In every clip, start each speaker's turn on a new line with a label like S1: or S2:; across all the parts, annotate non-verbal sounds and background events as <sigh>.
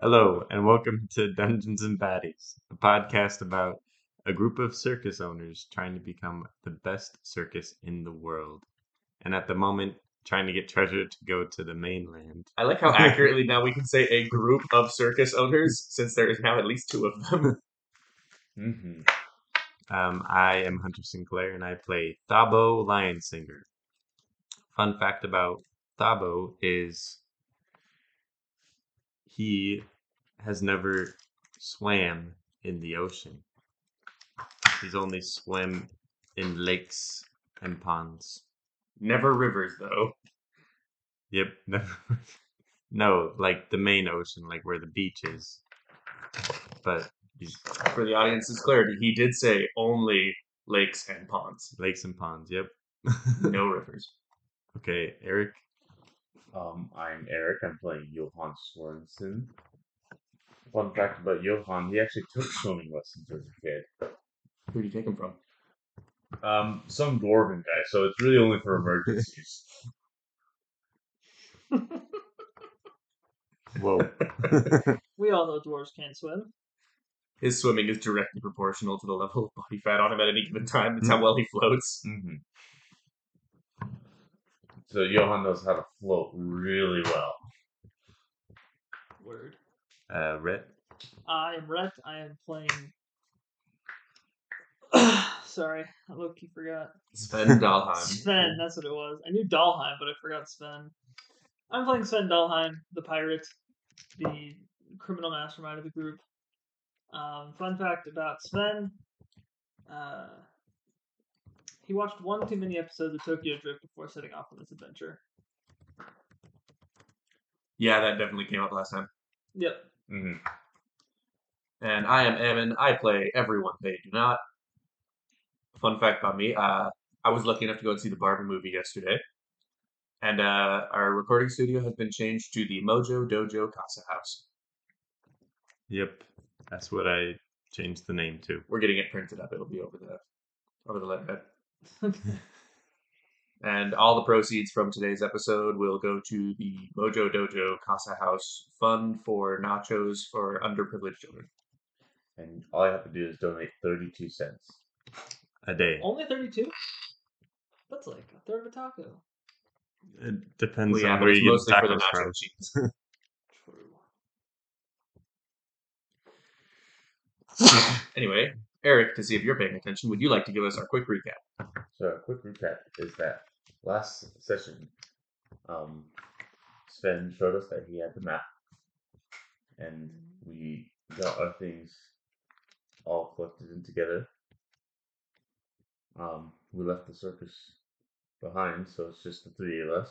S1: Hello, and welcome to Dungeons and Baddies, a podcast about a group of circus owners trying to become the best circus in the world. And at the moment, trying to get treasure to go to the mainland.
S2: I like how accurately now we can say a group of circus owners, since there is now at least two of them. <laughs>
S1: Mm-hmm. Um, I am Hunter Sinclair, and I play Thabo Lion Singer. Fun fact about Thabo is he has never swam in the ocean. He's only swam in lakes and ponds.
S2: Never rivers, though.
S1: Yep, <laughs> never. no, like the main ocean, like where the beach is. But he's
S2: For the audience's clarity, he did say only lakes and ponds,
S1: lakes and ponds. Yep.
S2: no rivers.
S1: okay, Eric.
S3: Um, I'm Eric. I'm playing Johan Swenson. Fun fact about Johan: he actually took swimming lessons as a kid.
S2: Who do you take him from?
S3: Um, some dwarven guy, so it's really only for emergencies.
S1: Whoa.
S4: We all know dwarves can't swim.
S2: His swimming is directly proportional to the level of body fat on him at any given time. It's how well he floats.
S3: hmm Mm-hmm. So Johan knows how to float really well.
S4: Word.
S1: uh, Rhett.
S4: I am Rhett. I am playing. <sighs> Sorry, I low key forgot.
S2: Sven Dahlheim.
S4: Sven, that's what it was. I knew Dalheim, but I forgot Sven. I'm playing Sven Dalheim, the pirate, the criminal mastermind of the group. Um, fun fact about Sven uh, he watched one too many episodes of Tokyo Drift before setting off on this adventure.
S2: Yeah, that definitely came up last time.
S4: Yep. <laughs>
S3: hmm
S2: And I am Ammon. I play everyone they do not. Fun fact about me, uh, I was lucky enough to go and see the Barbie movie yesterday. And uh, our recording studio has been changed to the Mojo Dojo Casa House.
S1: Yep, that's what I changed the name to.
S2: We're getting it printed up. It'll be over the over the letterhead. And all the proceeds from today's episode will go to the Mojo Dojo Casa House Fund for nachos for underprivileged children.
S3: And all I have to do is donate thirty-two cents.
S1: A day.
S2: Oh,
S4: Only 32? That's like a third of a taco.
S1: It depends
S2: Well, yeah,
S1: on
S2: but
S1: where
S2: it's
S1: you
S2: mostly
S1: get
S2: for the
S1: tacos
S2: nacho
S1: from.
S2: cheese.
S4: True.
S2: <laughs> Anyway, Eric, to see if you're paying attention, would you like to give us our quick recap?
S3: So a quick recap is that last session, um, Sven showed us that he had the map, and we got our things all collected in together. Um, we left the circus behind, so it's just the three of us,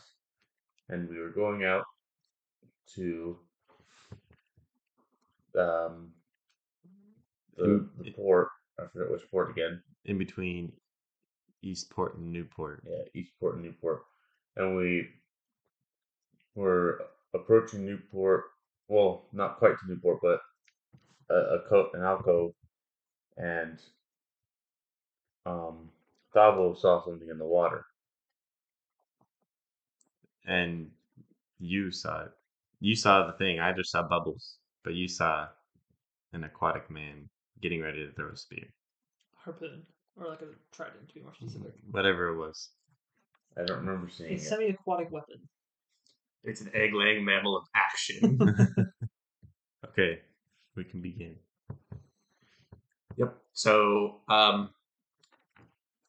S3: and we were going out to um, the, the port. I forget which port again.
S1: In between Eastport and Newport.
S3: yeah, Eastport and Newport, and we were approaching Newport. Well, not quite to Newport, but a, a coat an alcove, and um, Thavo saw something in the water.
S1: and you saw it. You saw the thing. I just saw bubbles, but you saw an aquatic man getting ready to throw a spear,
S4: Harpoon. Or like a trident, to be more
S2: Hmm. Mm-hmm.
S4: specific.
S1: whatever it was.
S3: I don't remember seeing
S4: A
S3: it.
S4: semi aquatic weapon.
S2: It's an egg laying mammal of action.
S1: Okay, we can begin.
S2: <laughs> Yep. So, um,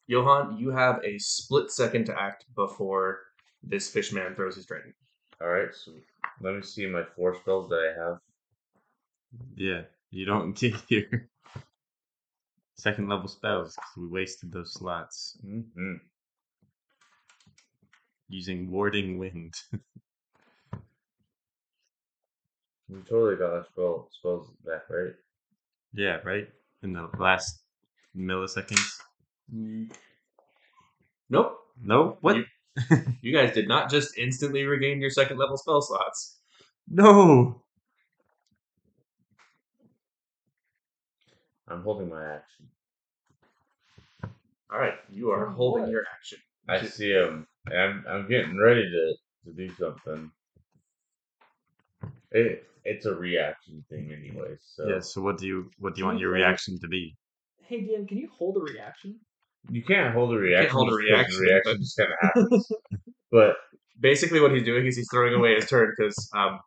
S2: Johan, you have a split second to act before this fish man throws his dragon.
S3: All right, so let me see my four spells that I have.
S1: Yeah, you don't <laughs> get your second level spells 'cause we wasted those slots
S3: Mm-hmm.
S1: using warding wind.
S3: We totally got our spell spells back, right?
S1: yeah, right in the last milliseconds.
S2: Nope.
S1: No, what?
S2: You, you guys did not just instantly regain your second level spell slots.
S1: No.
S3: I'm holding my action.
S2: All right. You are
S4: Oh,
S2: holding
S4: boy.
S2: your action.
S3: I see him. and I'm I'm getting ready to, to do something. Hey, it's a reaction thing anyway. So
S1: yeah. So what do you what do you
S4: Can
S1: want
S4: you
S1: your
S4: hold-
S1: reaction to be?
S4: Hey DM, can you hold a reaction?
S3: you can't hold a reaction.
S2: hold a
S3: just 'cause
S2: reaction,
S3: the reaction
S2: but-
S3: just kind of happens. but
S2: Basically, what he's doing is he's throwing away his turn because um,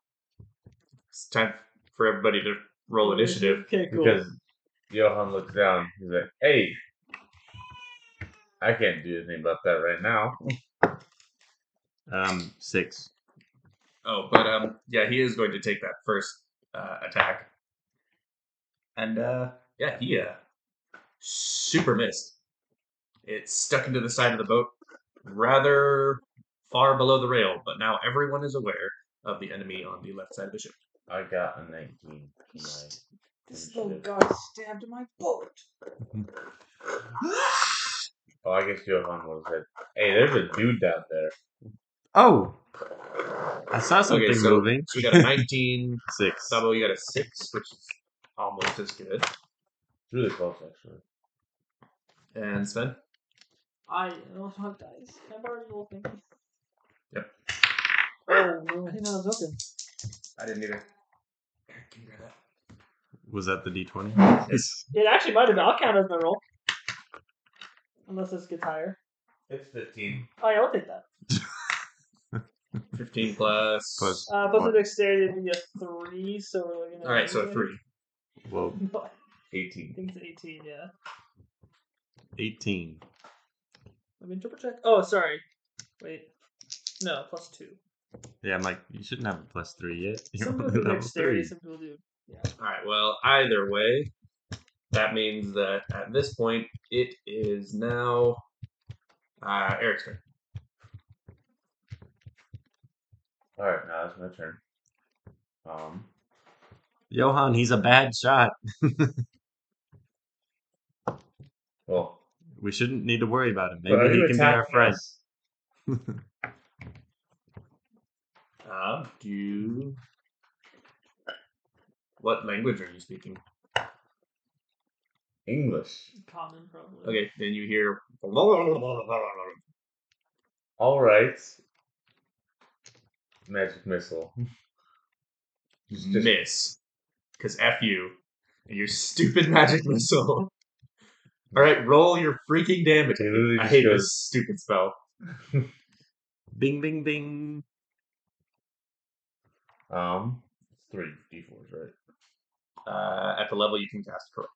S2: it's time for everybody to roll initiative.
S4: Okay, cool.
S3: because Johan looks down, he's like, "Hey, I can't do anything about that right now."
S1: Um, six.
S2: Oh, but um, yeah, he is going to take that first uh, attack, and uh, yeah, he uh, super missed. It stuck into the side of the boat, rather far below the rail. But now everyone is aware of the enemy on the left side of the ship.
S3: I got a nineteen. for my-
S4: This
S2: Oh,
S4: little guy stabbed my boat.
S3: Oh, I guess Johan would have said, "Hey, there's a dude down there."
S1: Oh, I saw something
S2: okay, so,
S1: moving.
S2: so
S1: <laughs>
S2: we got a nineteen.
S1: Six.
S2: Sabo, you got a six, which is almost as good.
S3: It's really close, actually.
S2: And Sven,
S4: I oh, don't <laughs> have dice. I've already rolled things.
S2: Yep.
S4: Oh, no, I didn't know that was open.
S2: I didn't either. Eric, can you hear that?
S1: Was that the D twenty?
S2: Yes.
S4: It actually might have been. I'll count as my roll. Unless this gets higher.
S3: It's fifteen.
S4: Oh, yeah, I'll take that.
S2: Fifteen plus.
S1: Plus-
S4: Uh, plus
S1: What?
S4: the dexterity would be a 3, so we're looking at.
S2: All right, so a three.
S1: Well,
S4: No, <laughs> I
S3: Eighteen.
S4: think it's 18, yeah.
S1: eighteen.
S4: Let me double check. Oh, sorry. Wait. No, plus 2.
S1: Yeah, I'm like, you shouldn't have a plus three yet. <laughs> You're
S4: Some people
S1: only
S4: do
S1: level
S4: dexterity,
S1: three.
S4: some people do.
S2: All right. Well, either way, that means that at this point it is now uh, Eric's turn.
S3: All right, now it's my turn. Um,
S1: Johan, he's a bad shot.
S3: well,
S1: We shouldn't need to worry about him.
S3: but are
S1: Maybe he
S3: you
S1: can be our
S3: attacking
S1: friend.
S3: us?
S2: Uh, do what language are you speaking?
S3: English.
S4: Common, probably.
S2: Okay, then you hear.
S3: All right. Magic
S1: <laughs>
S3: missile. Just- just-
S2: miss because f you and your stupid magic missile all right roll your freaking damage
S3: He literally
S2: i
S3: just
S2: hate
S3: goes,
S2: this stupid spell
S1: Bing, bing, <sighs> bing.
S3: Um, three d4s, right?
S2: uh, at the level you can cast correct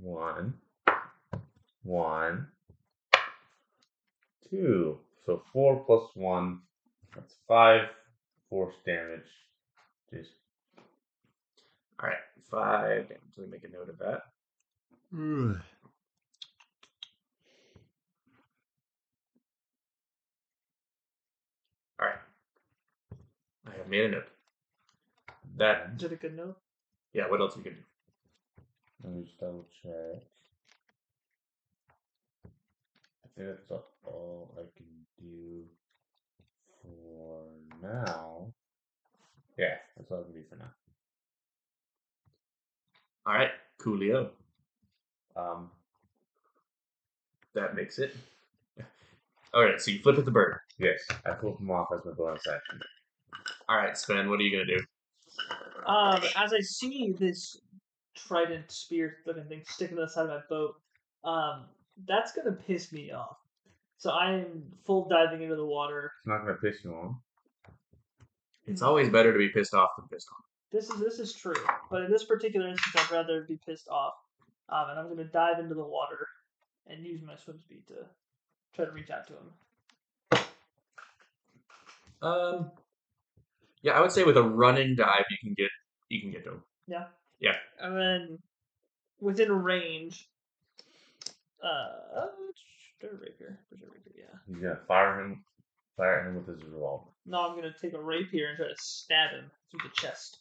S3: One, one, two. So four plus one. That's five force damage. Just
S2: all right five damage let me make a note of that
S1: Ugh.
S2: all right i have made a note that
S4: Is that a good note?
S2: yeah what else we can do
S3: Let me just double check. I think that's a- all I can do for now. Yeah, that's all I can do for now.
S2: all right coolio
S3: Um,
S2: that makes it <laughs> all right so you flip at the bird
S3: yes, I pulled them off as my bonus action.
S2: all right sven what are you gonna do
S4: Um, as I see this trident spear looking thing sticking to the side of my boat, um, that's gonna piss me off. So I am full diving into the water.
S3: It's not gonna piss you off.
S2: it's always better to be pissed off than pissed on
S4: This is this is true, but in this particular instance, I'd rather be pissed off. Um, and I'm gonna dive into the water and use my swim speed to try to reach out to him.
S2: um yeah i would say with a running dive you can get you can get to him
S4: And then within range, uh, they're right here. They're right here, Yeah.
S3: He's gonna fire him, fire at him with his revolver.
S4: Now I'm gonna take a rapier and try to stab him through the chest.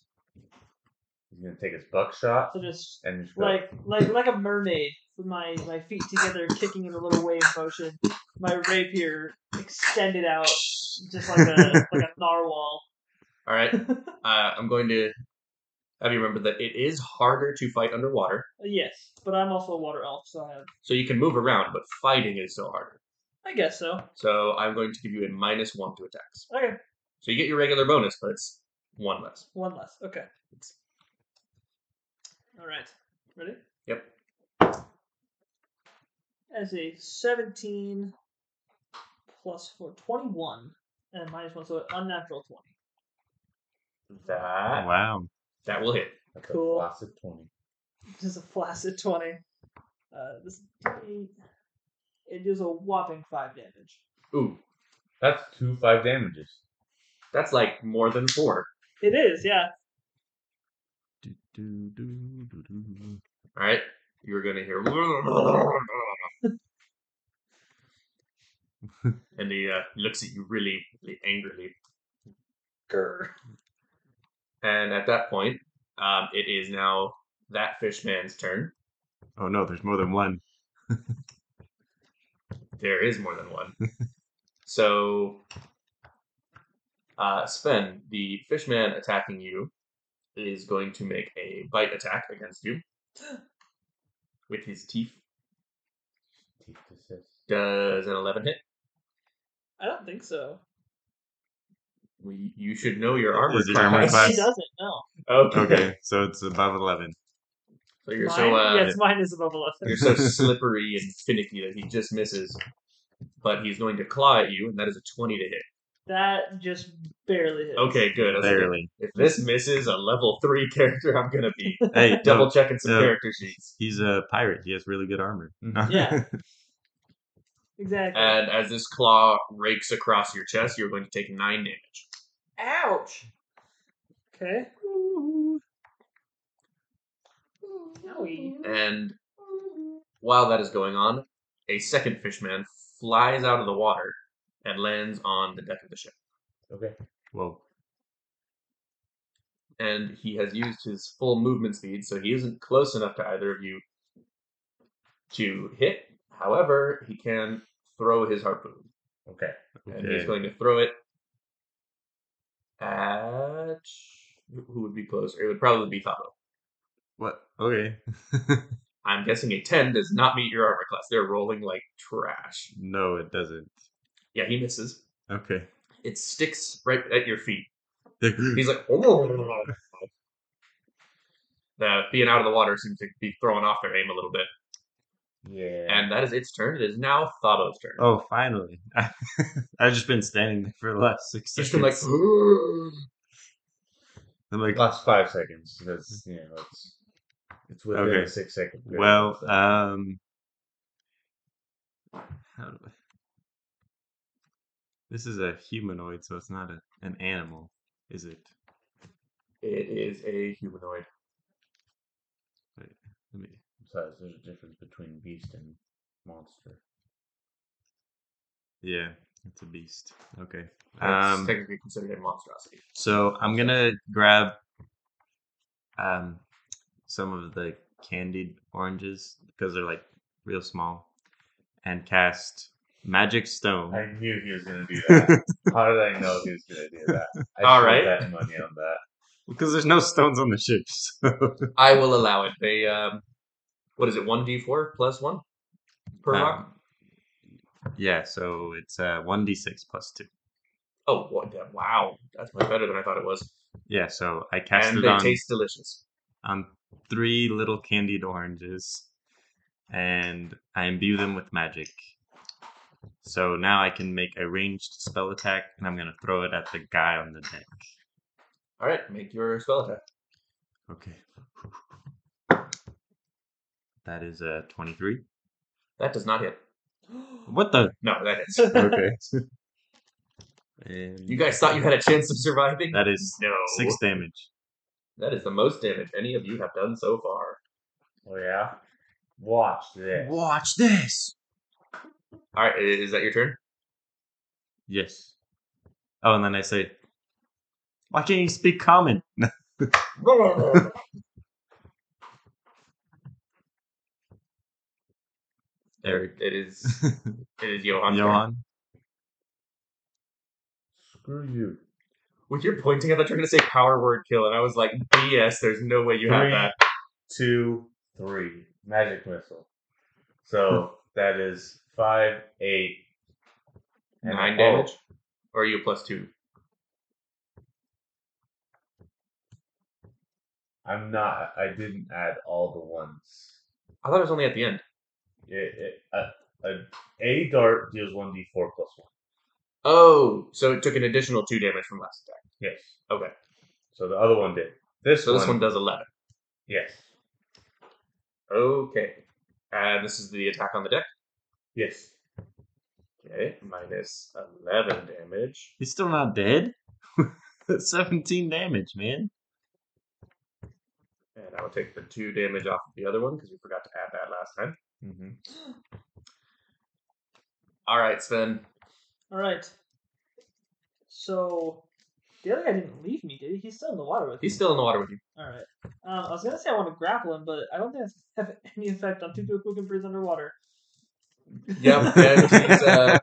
S3: He's gonna take his buckshot
S4: So just
S3: and just go.
S4: like like like a mermaid with my my feet together kicking in a little wave motion my rapier extended out just like a like a narwhal <laughs>
S2: All right. <laughs> Uh, I'm going to have you remember that it is harder to fight underwater,
S4: yes but i'm also a water elf so i have
S2: so you can move around, but fighting is still harder.
S4: I guess so.
S2: So I'm going to give you a minus one to attacks.
S4: Okay,
S2: So you get your regular bonus, but it's one less.
S4: one less. Okay. All right. Ready?
S2: Yep.
S4: As a 17 plus 4, 21, and minus 1, so unnatural 20.
S2: That
S1: Wow.
S2: that will hit.
S3: That's a
S4: Cool.
S3: flaccid 20.
S4: This is a flaccid 20. Uh, this D8, it deals a whopping 5 damage.
S2: Ooh,
S3: That's two five damages.
S2: that's like more than four.
S4: It is, yeah.
S1: Do, do, do, do, do.
S2: All right, you're gonna hear, and he uh, looks at you really, really angrily.
S4: Grr.
S2: And at that point, um, it is now that fish man's turn.
S1: Oh no, there's more than one.
S2: There is more than one. so, uh, Sven, the fishman attacking you is going to make a bite attack against you <gasps> with his teeth.
S3: Teeth assist.
S2: Does an 11 hit?
S4: I don't think so.
S2: Well, y- you should know your armor
S1: Is it
S2: class. Oh,
S1: armor class?
S4: He <laughs> doesn't, no.
S1: <laughs>
S2: Okay.
S1: Okay, so it's above eleven.
S2: So you're
S4: mine,
S2: so uh,
S4: yes, mine is above 11.
S2: you're so slippery and finicky that he just misses. But he's going to claw at you, and that is a 20 to hit.
S4: That just barely hits.
S2: Okay, good. I was like,
S1: Barely.
S2: if this misses a level three <laughs> character, I'm gonna
S4: <laughs>
S2: be
S1: Hey,
S2: <laughs> double
S1: no,
S2: checking some
S1: no.
S2: character sheets.
S1: he's a pirate. He has really good armor.
S2: <laughs>
S4: Yeah. Exactly.
S2: And as this claw rakes across your chest, you're going to take nine damage.
S4: Ouch. Okay. Owie.
S2: And while that is going on, a second fishman flies out of the water and lands on the deck of the ship.
S3: Okay.
S1: Well,
S2: And he has used his full movement speed, so he isn't close enough to either of you to hit. However, he can throw his harpoon.
S3: Okay.
S2: And he's
S1: okay.
S2: going to throw it at who would be closer? It would probably be Fabo.
S1: What? Okay. <laughs>
S2: I'm guessing a 10 does not meet your armor class. They're rolling like trash.
S1: no, it doesn't.
S2: Yeah, he misses.
S1: Okay.
S2: It sticks right at your feet.
S1: He's
S2: He's like, "Oh." Uh, being out of the water seems to be throwing off their aim a little bit.
S3: Yeah.
S2: And that is its turn. It is now Thabo's turn.
S1: oh, finally! <laughs> I've just been standing there for the last six <laughs>
S2: He's
S1: seconds.
S2: been like,
S1: I'm
S2: <laughs>
S1: like,
S3: last five seconds. That's you know, it's it's within
S1: Okay.
S3: a six second. period,
S1: Well,
S2: uh,
S3: so-
S1: um, how do I? This is a humanoid, so it's not a, an animal, is it?
S2: <gasps> it is a humanoid.
S1: Let me-
S3: besides, there's a difference between beast and monster.
S1: yeah, it's a beast. Okay.
S2: That's
S1: Um,
S2: technically considered a monstrosity.
S1: so I'm gonna grab um some of the candied oranges because they're like real small, and cast magic stone.
S3: I knew he was gonna <laughs> do that. How did I know he was gonna do that? I
S2: All
S3: put
S2: right.
S3: that money on that.
S1: because there's no stones on the ship. <laughs> So.
S2: I will allow it. They um, what is it? One d four plus one per rock.
S1: Um, yeah, so it's uh, 1d6 plus 2.
S2: Oh, what, the- wow, that's much better than I thought it was.
S1: Yeah, so I cast
S2: and
S1: it
S2: they
S1: on,
S2: taste delicious.
S1: on three little candied oranges, and I imbue them with magic. So now I can make a ranged spell attack, and I'm going to throw it at the guy on the deck.
S2: All right, make your spell attack.
S1: Okay. That is uh, a 23.
S2: That does not hit.
S1: What the?
S2: No,
S1: <laughs>
S2: that hits.
S1: Okay. and
S2: You guys thought you had a chance of surviving?
S1: that is
S2: <laughs> no.
S1: six damage.
S2: That is the most damage any of you have done so far.
S3: Oh yeah. Watch this.
S1: Watch this.
S2: All right, i- is that
S1: <laughs>
S2: your turn?
S1: Yes. Oh, and then I say, "Why can't you speak common?" <laughs> Eric.
S2: It is. It is Johan's turn.
S1: Johan.
S3: Screw you.
S2: When you're pointing, I thought you were going to say power word kill, and I was like, BS. There's no way you have
S3: Three.
S2: that.
S3: Two, Hmm. three. Magic missile. So that is five, eight, And-
S2: Nine
S3: oh,
S2: damage? Or are you a plus two?
S3: I'm not. I didn't add all the ones.
S2: I thought it was only at the end.
S3: It, it, a, a, a dart deals 1d4 plus 1.
S2: Oh, so it took an additional two damage from last attack.
S3: Yes.
S2: Okay.
S3: So the other one did. This
S2: So
S3: one.
S2: this one does 11.
S3: Yes.
S2: Okay. And this is the attack on the deck.
S3: Yes.
S2: Okay. Minus 11 damage.
S1: He's still not dead. <laughs> 17 damage, man.
S2: And I will take the two damage off of the other one because we forgot to add that last time.
S3: Mm-hmm.
S2: All right, Sven.
S4: All right. So the other guy didn't leave me, did he? He's still in the water with
S2: He's
S4: me.
S2: still in the water with you.
S4: All right. Um, I was gonna say I want to grapple him, but I don't think that's <laughs> gonna have any effect on Tutu who can breathe underwater.
S2: Yep. And he's, uh,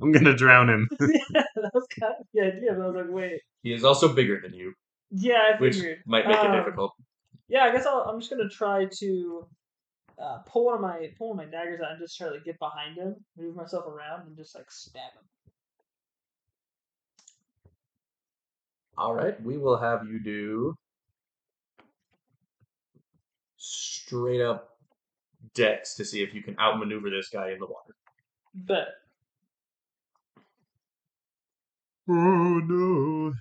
S1: I'm gonna drown him.
S4: yeah, <laughs> that was kind of the idea, but I was like, wait.
S2: he is also bigger than you,
S4: Yeah, I
S2: which
S4: figured.
S2: might make
S4: Um,
S2: it difficult.
S4: Yeah, I guess I'll, I'm just gonna try to uh, pull one of my pull one of my daggers out and just try to get behind him, move myself around, and just like stab him.
S2: All right. We will have you do straight up dex to see if you can outmaneuver this guy in the water.
S4: But
S1: Oh no.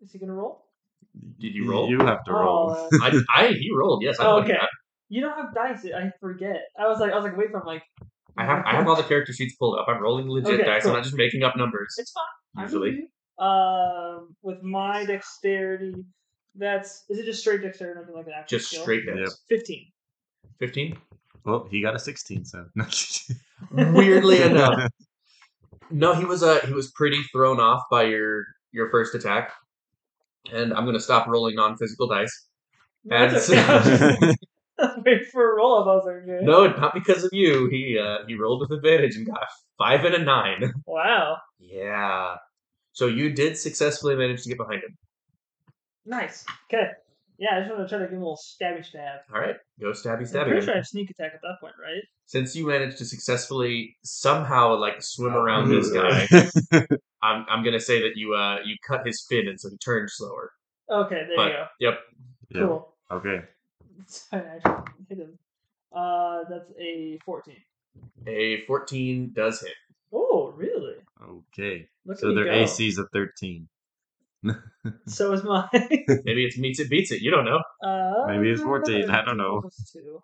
S4: is he gonna roll?
S2: Did you roll?
S1: You have to roll.
S2: <laughs>
S4: Oh,
S2: I, I he rolled. Yes. I
S4: Oh,
S2: rolled
S4: okay.
S2: that.
S4: you don't have dice. I forget. I was like, I was like, wait for him. Like,
S2: I have I have all the character sheets pulled up. I'm rolling legit
S4: Okay,
S2: dice.
S4: cool.
S2: I'm not just making up numbers.
S4: <laughs> It's fine. I can
S2: Usually,
S4: do- Um, with my dexterity, that's is it just straight dexterity, nothing like an action
S2: just
S4: skill?
S2: straight
S1: Yep.
S2: dice.
S4: Fifteen.
S2: Fifteen.
S1: Well, he got a 16, so. <laughs>
S2: Weirdly enough, No, he was uh he was pretty thrown off by your your first attack. And I'm gonna stop rolling non-physical dice.
S4: No,
S2: <laughs>
S4: it's
S2: And-
S4: okay. I was <laughs> just waiting for a roll up. I was like, okay.
S2: No, not because of you. He uh he rolled with advantage and got a five and a nine. <laughs>
S4: Wow.
S2: Yeah. So you did successfully manage to get behind him.
S4: Nice. Okay. Yeah, I just want to try to give him a little stabby stab.
S2: All right, go stabby
S4: I'm
S2: stabby.
S4: pretty sure I have sneak attack at that point, right?
S2: Since you managed to successfully somehow like swim around this guy, I'm I'm gonna say that you uh you cut his fin and so he turned slower.
S4: Okay, there
S2: But-
S4: you go.
S2: Yep.
S1: Yeah.
S4: Cool. <laughs>
S1: Okay.
S4: Sorry, I actually hit him. Uh, that's a fourteen.
S2: A fourteen does hit.
S4: Oh, really?
S1: Okay.
S4: Look at
S1: So
S4: you
S1: their
S4: go.
S1: AC's a 13.
S4: So is <laughs> mine.
S2: Maybe it's meets it beats it. You don't know.
S4: Uh,
S1: Maybe it's
S4: no, no, no,
S1: 14, I don't
S4: two
S1: know.
S4: plus two.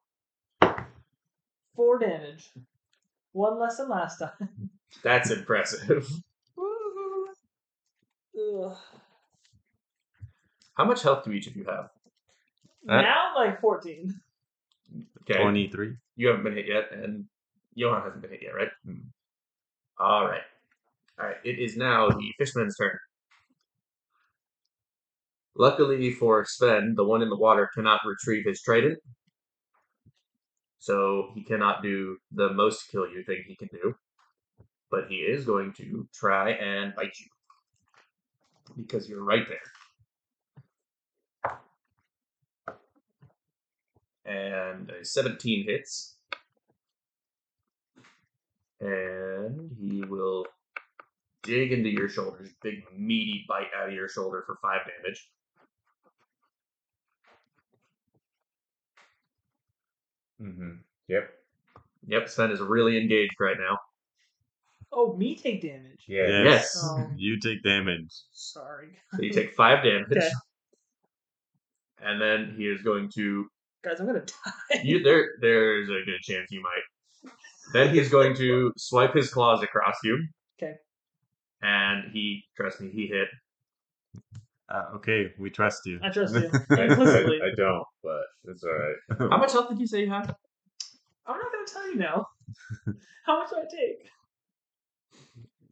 S4: Four damage. One less than last time. <laughs>
S2: That's impressive. <laughs>
S4: Ugh.
S2: How much health do each of you have?
S1: That-
S4: now I'm like 14.
S2: Okay.
S1: 23.
S2: You haven't been hit yet, and Johan hasn't been hit yet, right?
S1: Mm.
S2: All right. All right. It is now the fishman's turn. Luckily for Sven, the one in the water cannot retrieve his trident. So he cannot do the most kill you thing he can do. But he is going to try and bite you. Because you're right there. And a 17 hits. And he will dig into your shoulders, big meaty bite out of your shoulder for five damage.
S3: Mm-hmm. Yep.
S2: Yep, Sven is really engaged right now.
S4: Oh, me take damage.
S3: Yeah.
S1: Yeah.
S2: Yes.
S4: Oh,
S1: You take damage.
S4: sorry.
S2: So you take five damage.
S4: Okay.
S2: And then he is going to
S4: Guys, I'm gonna die.
S2: you there there's a good chance you might. Then he's going to swipe his claws across you.
S4: Okay.
S2: And he trust me, he hit.
S1: Uh, okay, we trust you.
S4: I
S1: <laughs>
S4: trust you.
S3: I,
S4: Implicitly.
S3: I- I don't, but it's all right.
S2: How much health did you say you had?
S4: I'm not gonna tell
S1: <laughs>
S4: you now. How much do I take?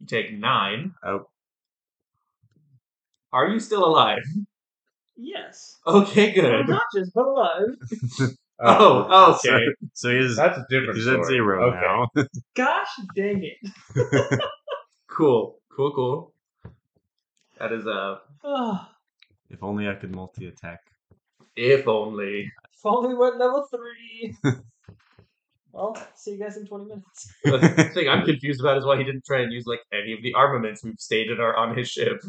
S2: You take nine.
S1: Oh.
S2: Are you still alive? <laughs>
S4: Yes.
S2: Okay,
S4: I'm
S2: good.
S4: conscious, but alive.
S2: Oh, okay.
S1: So, so he's,
S3: Um, That's a different
S1: he's
S3: story.
S1: at zero
S3: okay.
S1: now.
S4: Gosh dang it.
S2: Cool. Cool, cool. That is a
S4: Ugh.
S1: if only I could multi attack.
S2: If only.
S4: If only we're at level
S1: <laughs>
S4: three. well, see you guys in 20 minutes.
S2: <laughs> The thing I'm confused about is why he didn't try and use like any of the armaments we've stated are on his ship.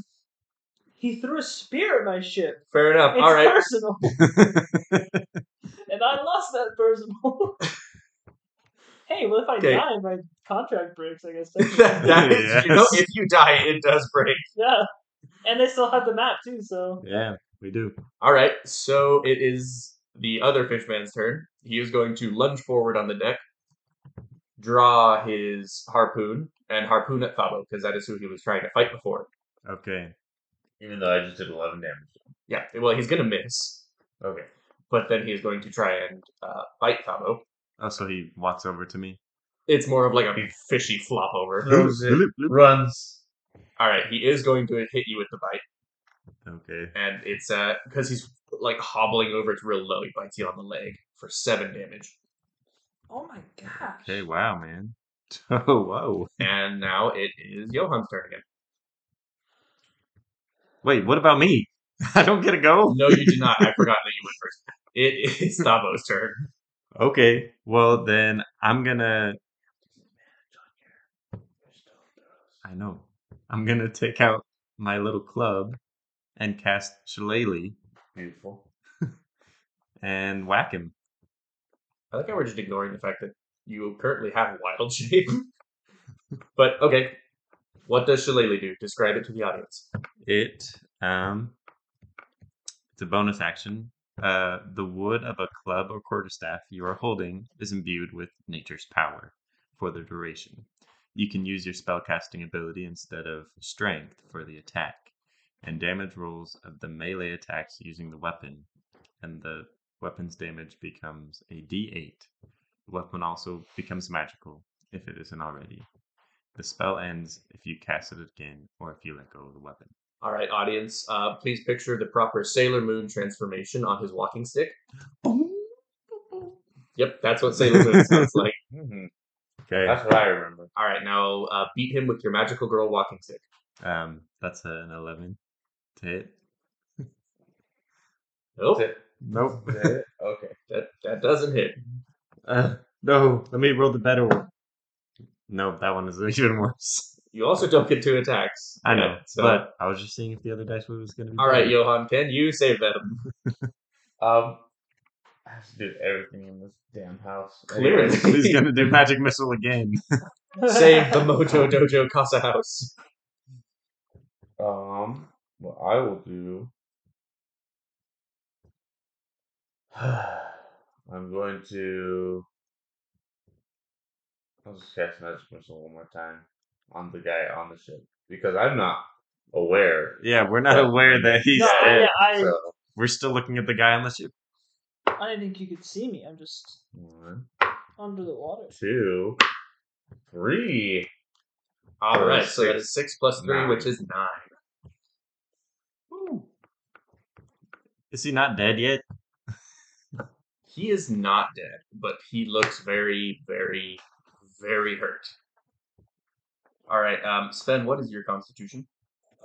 S4: He threw a spear at my ship.
S2: Fair enough.
S4: It's
S2: All right.
S1: <laughs>
S4: personal. <laughs> and I lost that personal. <laughs> hey, well, if I
S2: Okay.
S4: die, my contract breaks, I
S1: <laughs>
S4: guess.
S2: <laughs> that,
S4: technically.
S2: that is, you know,
S1: Yes.
S2: if you die, it does break.
S4: yeah. And they still have the map, too, so.
S1: yeah, we do.
S2: All right, so it is the other fishman's turn. He is going to lunge forward on the deck, draw his harpoon, and harpoon at Thabo, because that is who he was trying to fight before.
S1: Okay.
S3: Even though I just did 11 damage.
S2: Yeah, well, he's going to miss,
S3: Okay.
S2: but then he is going to try and uh, bite Thabo.
S1: Oh, so he walks over to me.
S2: It's more of like a fishy flop over.
S3: Throws it,
S1: Bloop, bloop.
S3: runs.
S2: All right, he is going to hit you with the bite,
S1: Okay.
S2: and it's uh because he's like hobbling over. It's real low. He bites you on the leg for seven damage,
S4: Oh my gosh.
S1: Okay. Wow, man. <laughs> Oh, whoa.
S2: and now it is Johan's turn again.
S1: Wait, what about me? <laughs> I don't get a
S3: Oh.
S1: go.
S2: No, you do not. I forgot that you went first. It is Thavo's turn.
S1: Okay. Well, then I'm gonna. I know. I'm gonna take out my little club and cast Shillelagh
S3: Beautiful.
S1: and whack him.
S2: I like how we're just ignoring the fact that you currently have wild <laughs> shape. but okay, what does Shillelagh do? Describe it to the audience.
S1: It um, it's a bonus action. Uh, the wood of a club or quarterstaff you are holding is imbued with nature's power for the duration. You can use your spellcasting ability instead of strength for the attack, and damage rolls of the melee attacks using the weapon, and the weapon's damage becomes a d8. The weapon also becomes magical if it isn't already. The spell ends if you cast it again or if you let go of the weapon.
S2: All right, audience, uh, please picture the proper Sailor Moon transformation on his walking stick. Yep, that's what Sailor Moon
S1: <laughs>
S2: sounds like.
S3: hmm
S1: Okay.
S3: That's what I remember.
S2: All right, now uh, beat him with your magical girl walking stick.
S1: Um, that's an eleven to hit.
S2: Nope,
S3: That's it.
S1: Nope.
S3: That's it? Okay.
S2: that, that doesn't hit.
S1: <laughs> Uh, no. Let me roll the better one. No, that one is <laughs> even worse.
S2: You also don't get two attacks.
S1: I know,
S2: Yeah, so,
S1: but I was just seeing if the other dice was going to be.
S2: all right,
S1: better.
S2: Johan, can you save Venom?
S3: Um, I have to do everything in this damn house.
S2: Clearly.
S3: Anyway,
S1: <laughs> He's going to do magic missile again.
S4: <laughs>
S2: Save
S1: <laughs>
S2: the Mojo Dojo Casa House.
S3: um, what I will do. <sighs> I'm going to. I'll just cast magic missile one more time on the guy on the ship because I'm not aware.
S1: Yeah, we're not aware that he's.
S4: No,
S1: dead.
S4: yeah, I,
S3: So,
S1: We're still looking at the guy on the ship.
S4: I didn't think you could see me. I'm just
S3: one,
S4: under the water.
S3: two, three.
S2: All
S3: Oh,
S2: right, so that
S3: six.
S2: is six plus three,
S3: Nine.
S2: which is nine.
S1: Is he not dead yet?
S2: He is not dead, but he looks very, very, very hurt. All right, um, Sven, what is your constitution?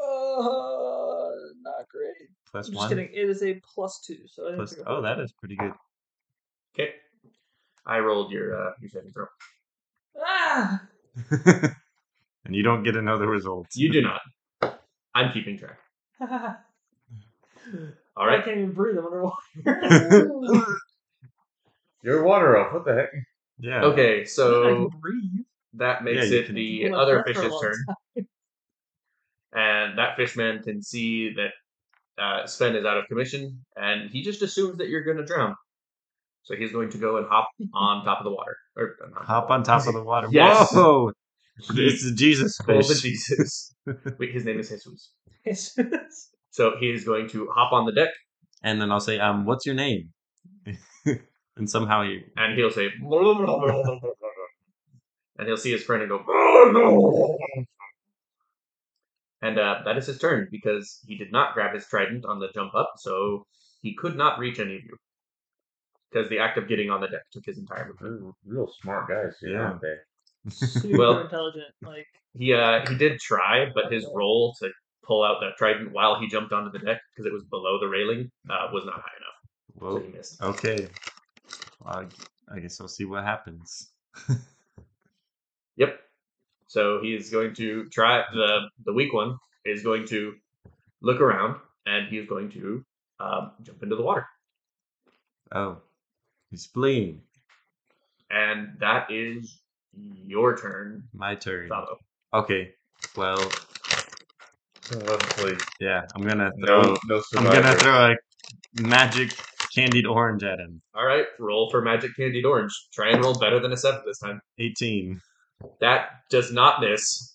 S4: Uh, not great.
S1: Plus
S4: I'm just
S1: one.
S4: kidding. It is a plus two, so I didn't
S1: Plus.
S4: think
S1: Oh, that is pretty good. <laughs>
S2: Okay, I rolled your uh, your saving throw.
S4: Ah!
S1: and you don't get another result.
S2: <laughs> You do not. I'm keeping track. All
S4: I
S2: right,
S4: can't even breathe. I'm underwater.
S1: <laughs>
S3: You're water off. What the <laughs> heck?
S1: yeah.
S2: okay,
S4: <laughs> I
S2: so
S4: can breathe.
S2: that makes
S1: you
S2: it
S1: can-
S2: the
S4: People
S2: other
S4: have breath for a
S2: fish's
S4: long
S2: turn. And that fishman can see that uh, Sven is out of commission, and he just assumes that you're going to drown. So he's going to go and hop on top of the water. Or uh, not
S1: Hop on top of the water.
S2: Yes. <laughs>
S1: Whoa!
S2: He
S1: It's the Jesus
S2: calls it
S1: fish.
S2: Jesus. Wait, his name is Jesus.
S4: It's-
S2: So he is going to hop on the deck,
S1: and then I'll say, um, what's your name? <laughs> and somehow he
S2: and he'll say, <laughs> and he'll see his friend and go, <laughs> and uh, that is his turn because he did not grab his trident on the jump up, so he could not reach any of you because the act of getting on the deck took his entire movement.
S3: They're real smart guys here, aren't they?
S4: super
S2: Well-
S4: intelligent. Like
S2: He uh, he did try, but his roll to pull out that trident while he jumped onto the deck because it was below the railing uh, was not high enough. So
S1: Well,
S2: you missed.
S1: okay. Well, I guess we'll see what happens.
S2: Yep. So he is going to try the the weak one is going to look around and he is going to um, jump into the water.
S1: Oh, his spleen.
S2: And that is your turn,
S1: My turn.
S2: Thabo.
S1: Okay. Well,
S3: Lovely.
S1: yeah. I'm gonna throw.
S3: No, no
S1: I'm
S3: survivor.
S1: gonna throw a magic candied orange at him.
S2: All right, roll for magic candied orange. Try and roll better than a seven this time.
S1: 18.
S2: That does not miss.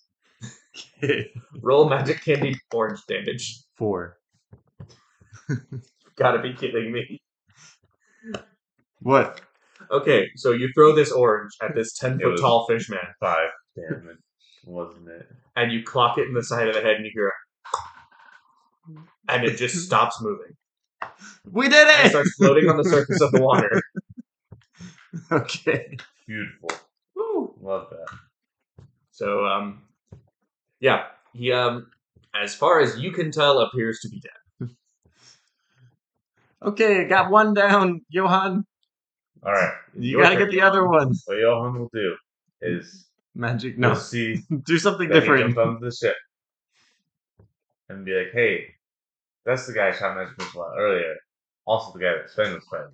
S2: Roll magic candied orange damage.
S1: <laughs> Four.
S2: Gotta be kidding me.
S1: What?
S2: Okay, so you throw this orange at this ten
S3: It
S2: foot
S3: was-
S2: tall fish man,
S3: five damage, wasn't it?
S2: and you clock it in the side of the head, and you hear, a and it just stops moving.
S1: We did
S2: and it
S1: it!
S2: starts floating on the surface of the water.
S1: <laughs> Okay.
S3: Beautiful.
S2: Woo.
S3: Love that.
S2: So, um, yeah, he, um, as far as you can tell, appears to be dead.
S1: Okay, got one down, Johan.
S3: All right.
S1: You
S3: Your
S1: gotta
S3: turn.
S1: get the other one.
S3: What Johan will do is
S1: Magic.
S3: no.
S1: No.
S3: see
S1: <laughs> Do something
S3: that he
S1: different.
S3: jumped onto the ship and be like, "Hey, that's the guy I shot Magic Missile at earlier. Also, the guy that Sven was fighting.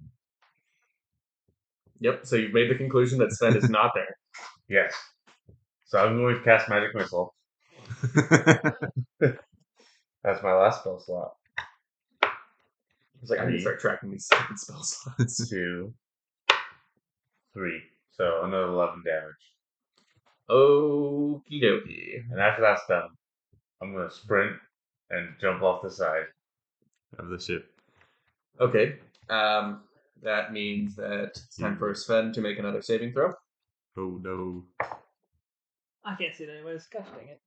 S2: Yep, so you've made the conclusion that Sven is not there.
S3: Yes. So I'm going to cast Magic Missile. That's my last spell slot.
S2: It's like, I need to start tracking these second spell slots.
S3: Two, three. So another eleven damage.
S2: Okie dokie.
S3: And after that's done, I'm gonna sprint and jump off the side.
S1: <laughs> of the ship.
S2: Okay, um, that means that it's time for Sven to make another saving throw.
S1: Oh no.
S4: I can't see it anyways. Gosh dang it.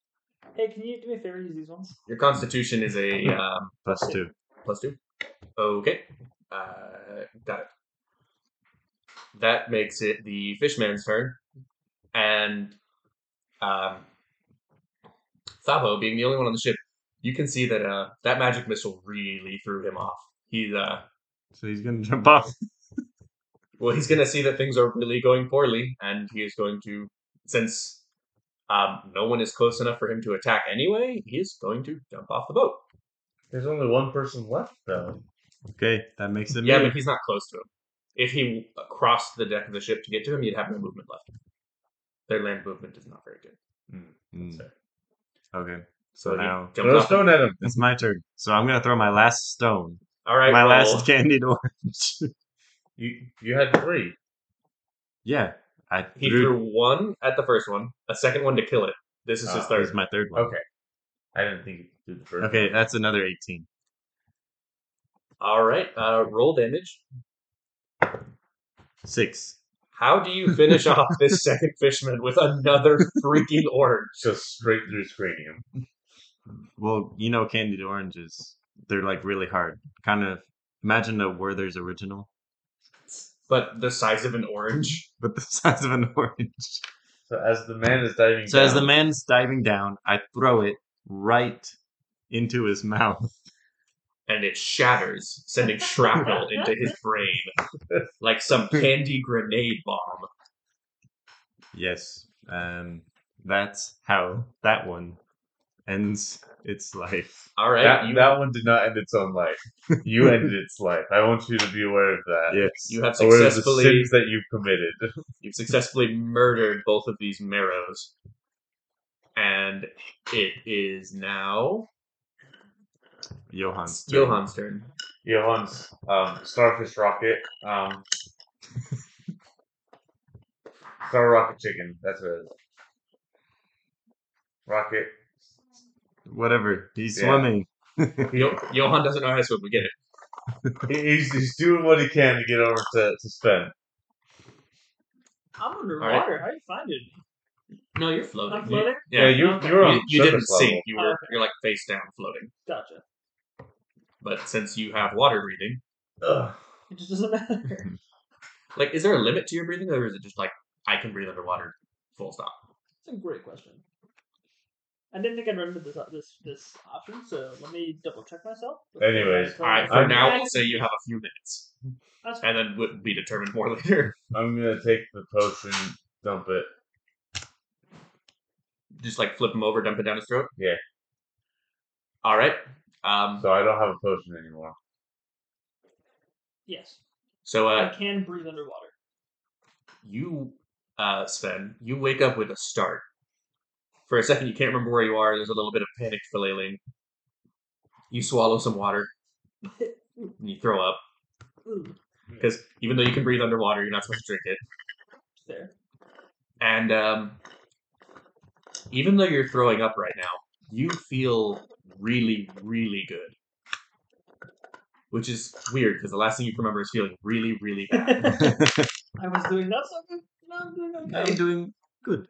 S4: Hey, can you do me a favor? Use these ones.
S2: Your constitution is a um,
S1: Plus two.
S2: plus two. Okay, uh, got it. That makes it the fishman's turn, and um, Thabo, being the only one on the ship, you can see that uh, that magic missile really threw him off. He's uh,
S1: So he's gonna <laughs> jump off.
S2: well, he's gonna see that things are really going poorly, and he is going to, since um, no one is close enough for him to attack anyway, he is going to jump off the boat.
S3: There's only one person left though.
S1: Okay, that makes it
S2: Yeah,
S1: me.
S2: but he's not close to him. If he crossed the deck of the ship to get to him, you'd have no movement left. Their land movement is not very good.
S1: Mm,
S2: Sorry.
S1: Okay, So
S2: So he
S1: now-
S2: jumps
S3: Throw a
S2: off.
S3: stone at him.
S1: it's my turn. So I'm gonna throw my last stone.
S2: All right,
S1: my
S2: roll.
S1: last candied orange.
S3: You you had three.
S1: <laughs> yeah, I
S2: He
S1: threw-
S2: threw one at the first one, a second one to kill it. This is his
S3: Ah,
S1: That was
S2: third.
S1: my third one.
S3: Okay. I didn't think you could do the first.
S1: Okay, that's another 18.
S2: All right, uh, roll damage.
S1: Six.
S2: How do you
S1: <laughs>
S2: finish off this second fishman with another freaking orange?
S3: So straight through his cranium.
S1: Well, you know, candied oranges, they're like really hard. Kind of imagine a Werther's original,
S2: But the size of an orange.
S1: but <laughs> the size of an orange.
S3: So as the man is diving
S1: So as the
S3: down,
S1: man's diving down, I throw it right into his mouth.
S2: and it shatters, sending shrapnel into his brain
S1: <laughs>
S2: like some candy grenade bomb.
S1: Yes. Um, that's how that one ends its life.
S2: All right,
S3: that,
S2: you,
S3: that one did not end its
S2: <laughs>
S3: own life. You ended its life. I want you to be aware of that.
S1: Yes.
S2: you have
S3: Aware of the
S2: successfully
S3: sins that you've committed. <laughs>
S2: you've successfully murdered both of these marrows, and it is now
S1: Johan's turn.
S2: Johan's
S3: <laughs>
S2: turn.
S3: Johan's um, starfish rocket. Um, star rocket chicken. That's what it is. Rocket.
S1: Whatever. He's
S3: Yeah.
S1: swimming.
S2: Yo- Johan doesn't know how to swim. We get it.
S3: He- He's, he's doing what he can to get over to, to Sven.
S4: I'm underwater.
S2: All
S4: How are you finding me?
S2: No, you're floating.
S4: I'm floating?
S2: yeah,
S3: you, you were on
S2: you, you didn't
S3: surface level.
S2: sink. You were you're like face down floating.
S4: Gotcha.
S2: But since you have water breathing,
S3: Ugh.
S4: It just doesn't <laughs> matter.
S2: like, is there a limit to your breathing, or is it just like I can breathe underwater? Full stop.
S4: It's a great question. I didn't think I remembered this this this option, so let me double check myself.
S3: Anyways,
S2: All right, for
S3: I'm-
S2: now, we'll say you have a few minutes,
S4: That's
S2: and then we'll be determined more <laughs> later.
S3: I'm gonna take the potion, dump it.
S2: Just like flip him over, dump it down his throat.
S3: Yeah.
S2: All right. Um,
S3: So I don't have a potion anymore.
S4: yes.
S2: so
S4: I
S2: uh,
S4: can breathe underwater.
S2: you, uh, Sven, you wake up with a start. For a second, you can't remember where you are. There's a little bit of panic flailing. You swallow some water. and you throw up
S4: Ooh,
S2: because even though you can breathe underwater, you're not supposed to drink it.
S4: there.
S2: And um, even though you're throwing up right now, you feel really, really good. Which is weird because the last thing you can remember is feeling really, really bad.
S4: I was doing that so good. No, I'm doing okay.
S1: I'm doing good.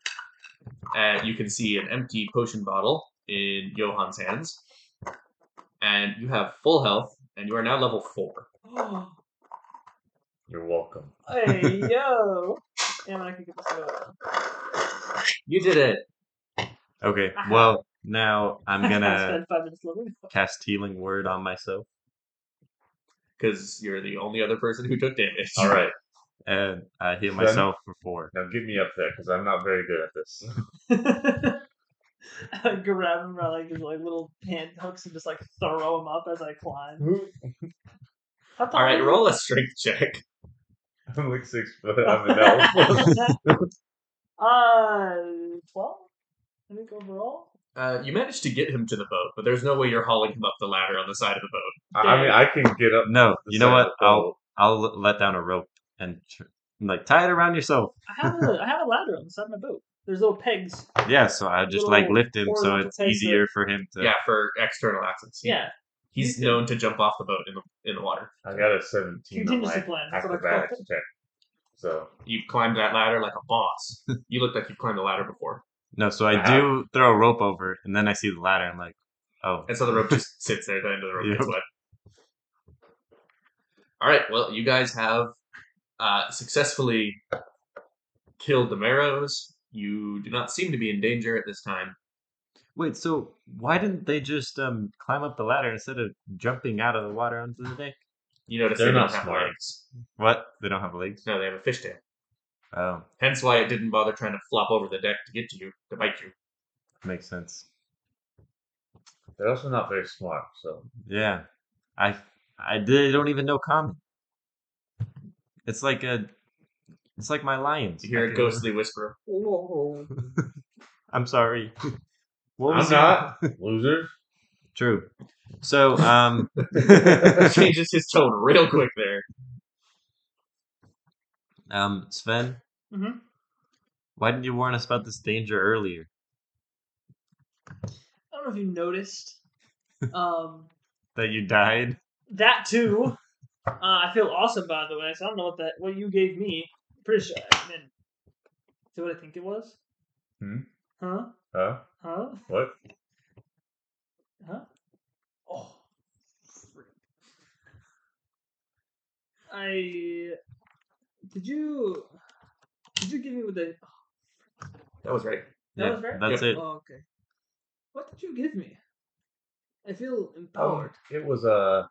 S2: and you can see an empty potion bottle in Johan's hands. And you have full health, and you are now level four.
S4: Oh,
S3: You're welcome.
S4: <gasps> hey yo. And I can get this over.
S2: You did it.
S1: Okay,
S4: Aha.
S1: well, now
S4: <laughs>
S1: I'm gonna
S4: spend five minutes living.
S1: cast Healing Word on myself.
S2: Because you're the only other person who took damage.
S3: All right,
S1: And I heal
S3: Then-
S1: myself for four.
S3: now get me up there because I'm not very good at this. <laughs>
S4: I grab him by like his like little hand hooks and just like throw him up as I climb. How tall
S2: All
S4: are
S2: right,
S4: you?
S2: roll a strength check.
S3: I'm like six foot. I'm an
S4: <laughs>
S3: elf.
S4: uh, twelve. I think overall.
S2: Uh, you managed to get him to the boat, but there's no way you're hauling him up the ladder on the side of the boat.
S3: I I mean, I can get up.
S1: No,
S3: the
S1: you know
S3: side
S1: what?
S3: of the
S1: I'll
S3: boat.
S1: I'll l- let down a rope and tr- like tie it around yourself.
S4: I have a I have a ladder on the side of my boat. There's little pegs.
S1: Yeah, so I just
S4: Little
S1: like lift him so
S4: horizontal
S1: it's
S4: pegs
S1: easier for him to.
S2: Yeah, for external access. He-
S4: Yeah,
S2: he's
S4: You
S2: known to jump off the boat in the in the water.
S3: I got a 17 on
S4: contingency
S3: my
S4: plan. That's what I
S3: acrobatics check. So
S2: You climbed that ladder like a <laughs> boss. you looked like you climbed the ladder before,
S1: No, so I
S3: Wow.
S1: do throw a rope over, and then I see the ladder. I'm like, oh,
S2: and so the rope just <laughs> sits there. The end of the rope
S1: Yep.
S2: gets wet. All right. Well, you guys have uh, successfully killed the marrows. You do not seem to be in danger at this time.
S1: wait. So why didn't they just um climb up the ladder instead of jumping out of the water onto the deck?
S2: You notice
S3: They're
S2: they don't
S3: not
S2: have
S3: smart.
S2: legs.
S1: What? They don't have legs.
S2: No, they have a fishtail.
S1: Oh,
S2: Hence why it didn't bother trying to flop over the deck to get to you to bite you.
S1: makes sense.
S3: they're also not very smart. So
S1: Yeah, I I they don't even know common. It's like a, it's like my lions.
S2: You hear
S1: I
S2: a
S1: can-
S2: ghostly
S3: <laughs>
S2: whisper.
S1: <laughs>
S4: <laughs>
S1: I'm sorry. <laughs> What
S3: I'm
S1: was your-
S3: not loser.
S1: True. So, <laughs> um,
S2: changes his tone real quick there.
S1: um, Sven,
S4: Mhm.
S1: why didn't you warn us about this danger earlier?
S4: don't know if you noticed. Um,
S1: That you died?
S4: that too. Uh, I feel awesome by the way. So I don't know what that what you gave me. Pretty sure. I mean, is that what I think it was?
S3: Hmm?
S4: Huh?
S3: Huh?
S4: Huh?
S3: What?
S4: Huh? Oh. frick. I did you did you give me with the
S2: That was right.
S4: That
S1: yeah,
S4: was right?
S1: That's
S2: Yep.
S1: it.
S4: oh okay what did you give me I feel
S3: Oh,
S4: empowered
S3: it was a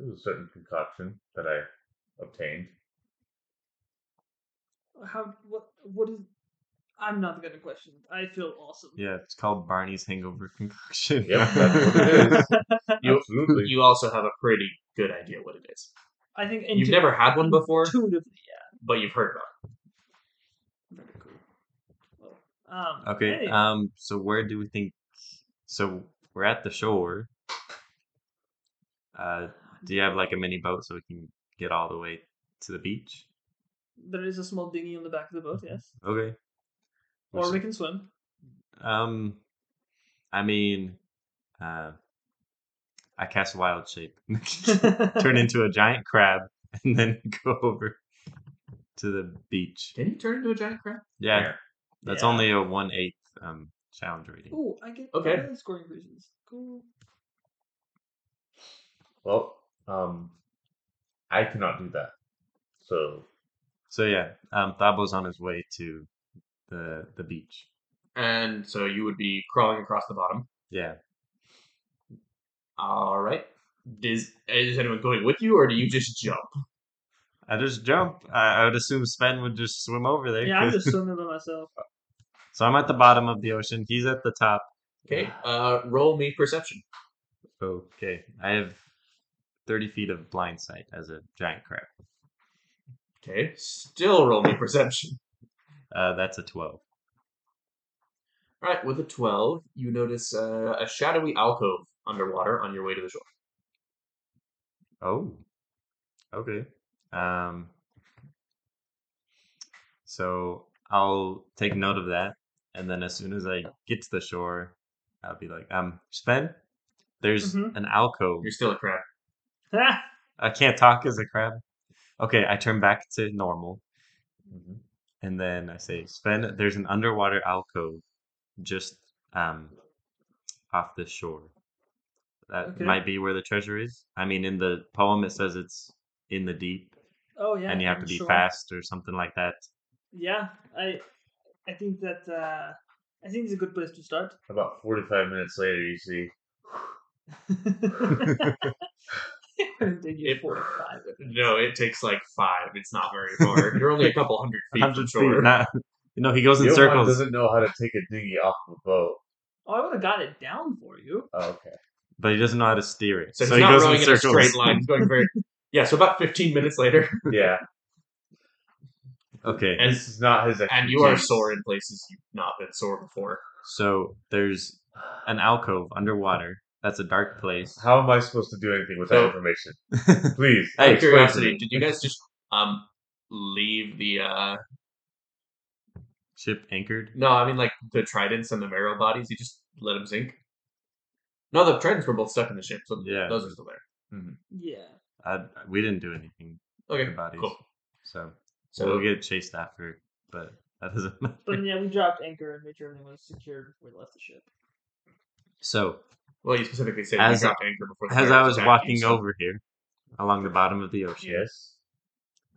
S3: it was a certain concoction that I obtained.
S1: Oh.
S4: how what what is I'm not gonna question I feel awesome <laughs>
S1: Yeah, <laughs> it's called Barney's Hangover Concoction.
S3: Yep, that's what it is.
S2: You-
S3: Absolutely.
S2: You also have a pretty good idea what it is.
S4: I think
S2: You've never had one before,
S4: intuitively
S2: but you've heard about
S4: yeah very cool well, um
S1: Okay.
S4: hey,
S1: Um. So where do we think? So we're at the shore. Uh, do you have like a mini boat so we can get all the way to the beach?
S4: there is a small dinghy on the back of the boat yes
S1: Okay.
S4: or we can swim
S1: Um, I mean, uh, I cast wild
S4: <laughs>
S1: shape, <laughs> turn into a giant crab, <laughs> and then go over to the beach.
S2: it. Can you turn into a giant crab?
S1: Yeah,
S3: Yeah.
S1: that's
S4: Yeah.
S1: only a one eighth um challenge rating.
S4: Ooh, I get
S2: Okay.
S4: I get scoring reasons. Cool.
S3: Well, um, I cannot do that. So
S1: So yeah, um, Thabo's on his way to the the beach.
S2: And so you would be crawling across the bottom.
S1: Yeah.
S2: All right. Is, is anyone going with you, or do you just jump?
S1: I just jump. I, I would assume Sven would just swim over there.
S4: Yeah, I'm
S1: 'cause-
S4: just
S1: <laughs>
S4: swimming by myself. <laughs>
S1: so I'm at the bottom of the ocean. He's at the top.
S2: Okay. Uh, roll me perception.
S1: Okay. I have 30 feet of blind sight as a giant crab.
S2: Okay. Still roll me perception.
S1: Uh, that's a 12.
S2: All right. With a twelve, you notice uh, a shadowy alcove underwater on your way to the shore.
S1: Oh. Okay. Um so I'll take note of that and then as soon as I get to the shore, I'll be like, um, Sven, there's
S4: Mhm.
S1: an alcove.
S2: You're still a crab.
S4: Ha!
S1: I can't talk as a crab. Okay, I turn back to normal
S3: Mhm.
S1: and then I say, Sven, there's an underwater alcove just um off the shore. That
S4: Okay.
S1: might be where the treasure is. I mean in the poem it says it's in the deep.
S4: oh yeah.
S1: and you have to
S4: I'm
S1: be
S4: sure.
S1: fast or something like that.
S4: Yeah, I, I think that uh, I think it's a good place to
S1: <laughs>
S4: start. <laughs>
S3: About 45 minutes later, you see
S4: I wouldn't think you
S1: <laughs>
S2: If-
S4: forty-five.
S2: No, it takes like five. It's not very
S1: <laughs>
S2: far. You're only a couple hundred feet from
S1: Hundred
S2: shore.
S1: feet. Not, you know, he goes in
S3: Johan
S1: circles.
S3: doesn't know how to take a dinghy off of a boat.
S4: Oh, I would have got it down for you.
S3: Oh, okay.
S1: but he doesn't know how to steer it.
S2: so
S1: So,
S2: he's
S1: he
S2: not
S1: goes
S2: rowing
S1: in
S2: in a
S1: circles.
S2: straight line. He's
S1: <laughs>
S2: going very. Yeah. So about fifteen minutes later,
S3: <laughs> Yeah.
S1: Okay.
S2: And-
S3: this is not his
S2: and you are
S3: expertise.
S2: sore in places you've not been sore before.
S1: So there's an alcove underwater. That's a dark place.
S3: How am I supposed to do anything with that
S2: So-
S3: information? Please.
S1: Hey,
S3: explain to
S2: Curiosity.
S3: me.
S2: Did you guys just um leave the uh
S1: Ship anchored.
S2: No, I mean like the tridents and the marrow bodies. You just let them sink. No, the tridents were both stuck in the ship, so
S1: Yeah.
S2: those are still there.
S4: Yeah.
S1: I, we didn't do anything.
S2: Okay,
S1: The bodies.
S2: cool.
S1: So,
S2: So
S1: we'll get chased after, but that doesn't <laughs> matter.
S4: But yeah, we dropped anchor and made sure everything was secured before we left the ship.
S1: So
S2: well, you specifically said
S1: As-
S2: you dropped anchor before. The
S1: as
S2: pirates
S1: I was
S2: attacked you,
S1: walking
S2: so-
S1: over here along the bottom of the ocean,
S3: Yes.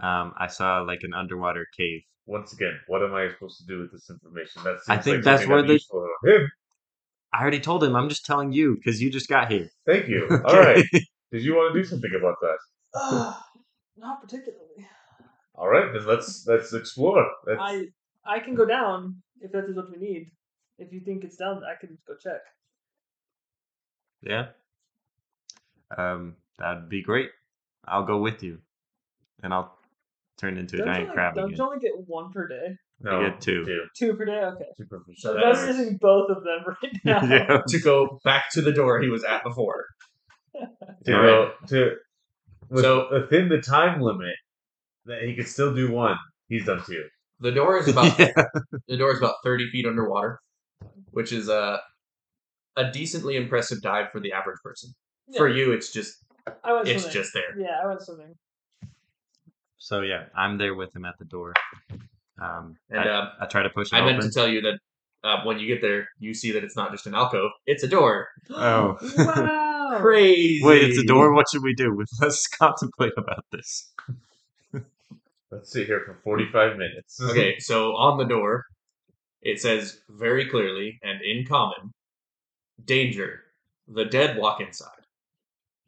S1: um, I saw like an underwater cave.
S3: Once again, what am I supposed to do with this information? That
S1: I
S3: seems
S1: think
S3: like
S1: that's
S3: something
S1: where the-
S3: useful to him.
S1: I already told him. I'm just telling you because you just got here.
S3: Thank you. All right. Did you want to do something about that?
S4: not particularly.
S3: All right, then let's let's explore. Let's,
S4: I I can go down if that is what we need. If you think it's down, I can go check.
S1: <laughs> Yeah. Um, that'd be great. I'll go with you, and I'll turn into a
S4: Don't you
S1: giant
S4: only-
S1: crab
S4: Don't
S1: again.
S4: you only get one per day?
S3: no,
S1: get two.
S4: Two per day. Okay.
S3: Two perfect.
S2: So
S4: So
S2: that
S4: that's
S2: is-
S4: using both of them <laughs> right now.
S1: <laughs> <laughs> yeah.
S2: <laughs> to go back to the door he was at before.
S3: to,
S1: All
S3: go- to with,
S2: So-
S3: within the time limit that he could still do one. He's done two.
S2: The door is about
S1: <laughs> Yeah.
S2: the door is about thirty feet underwater, which is a a decently impressive dive for the average person.
S4: Yeah,
S2: For you, it's just
S4: I went
S2: it's
S4: swimming.
S2: just there.
S4: Yeah, I
S1: <laughs>
S4: went swimming.
S1: So yeah, I'm there with him at the door. Um,
S2: And
S1: I,
S2: uh,
S1: I try to push it
S2: I
S1: open.
S2: meant to tell you that uh, when you get there, you see that it's not just an alcove; it's a door. <gasps>
S1: Oh. <laughs>
S4: wow.
S2: Crazy.
S1: Wait, it's a door. What should we do? <laughs> Let's contemplate about this.
S3: Let's sit here for forty-five minutes.
S2: Okay, so on the door, it says very clearly and in common, "Danger! The dead walk inside.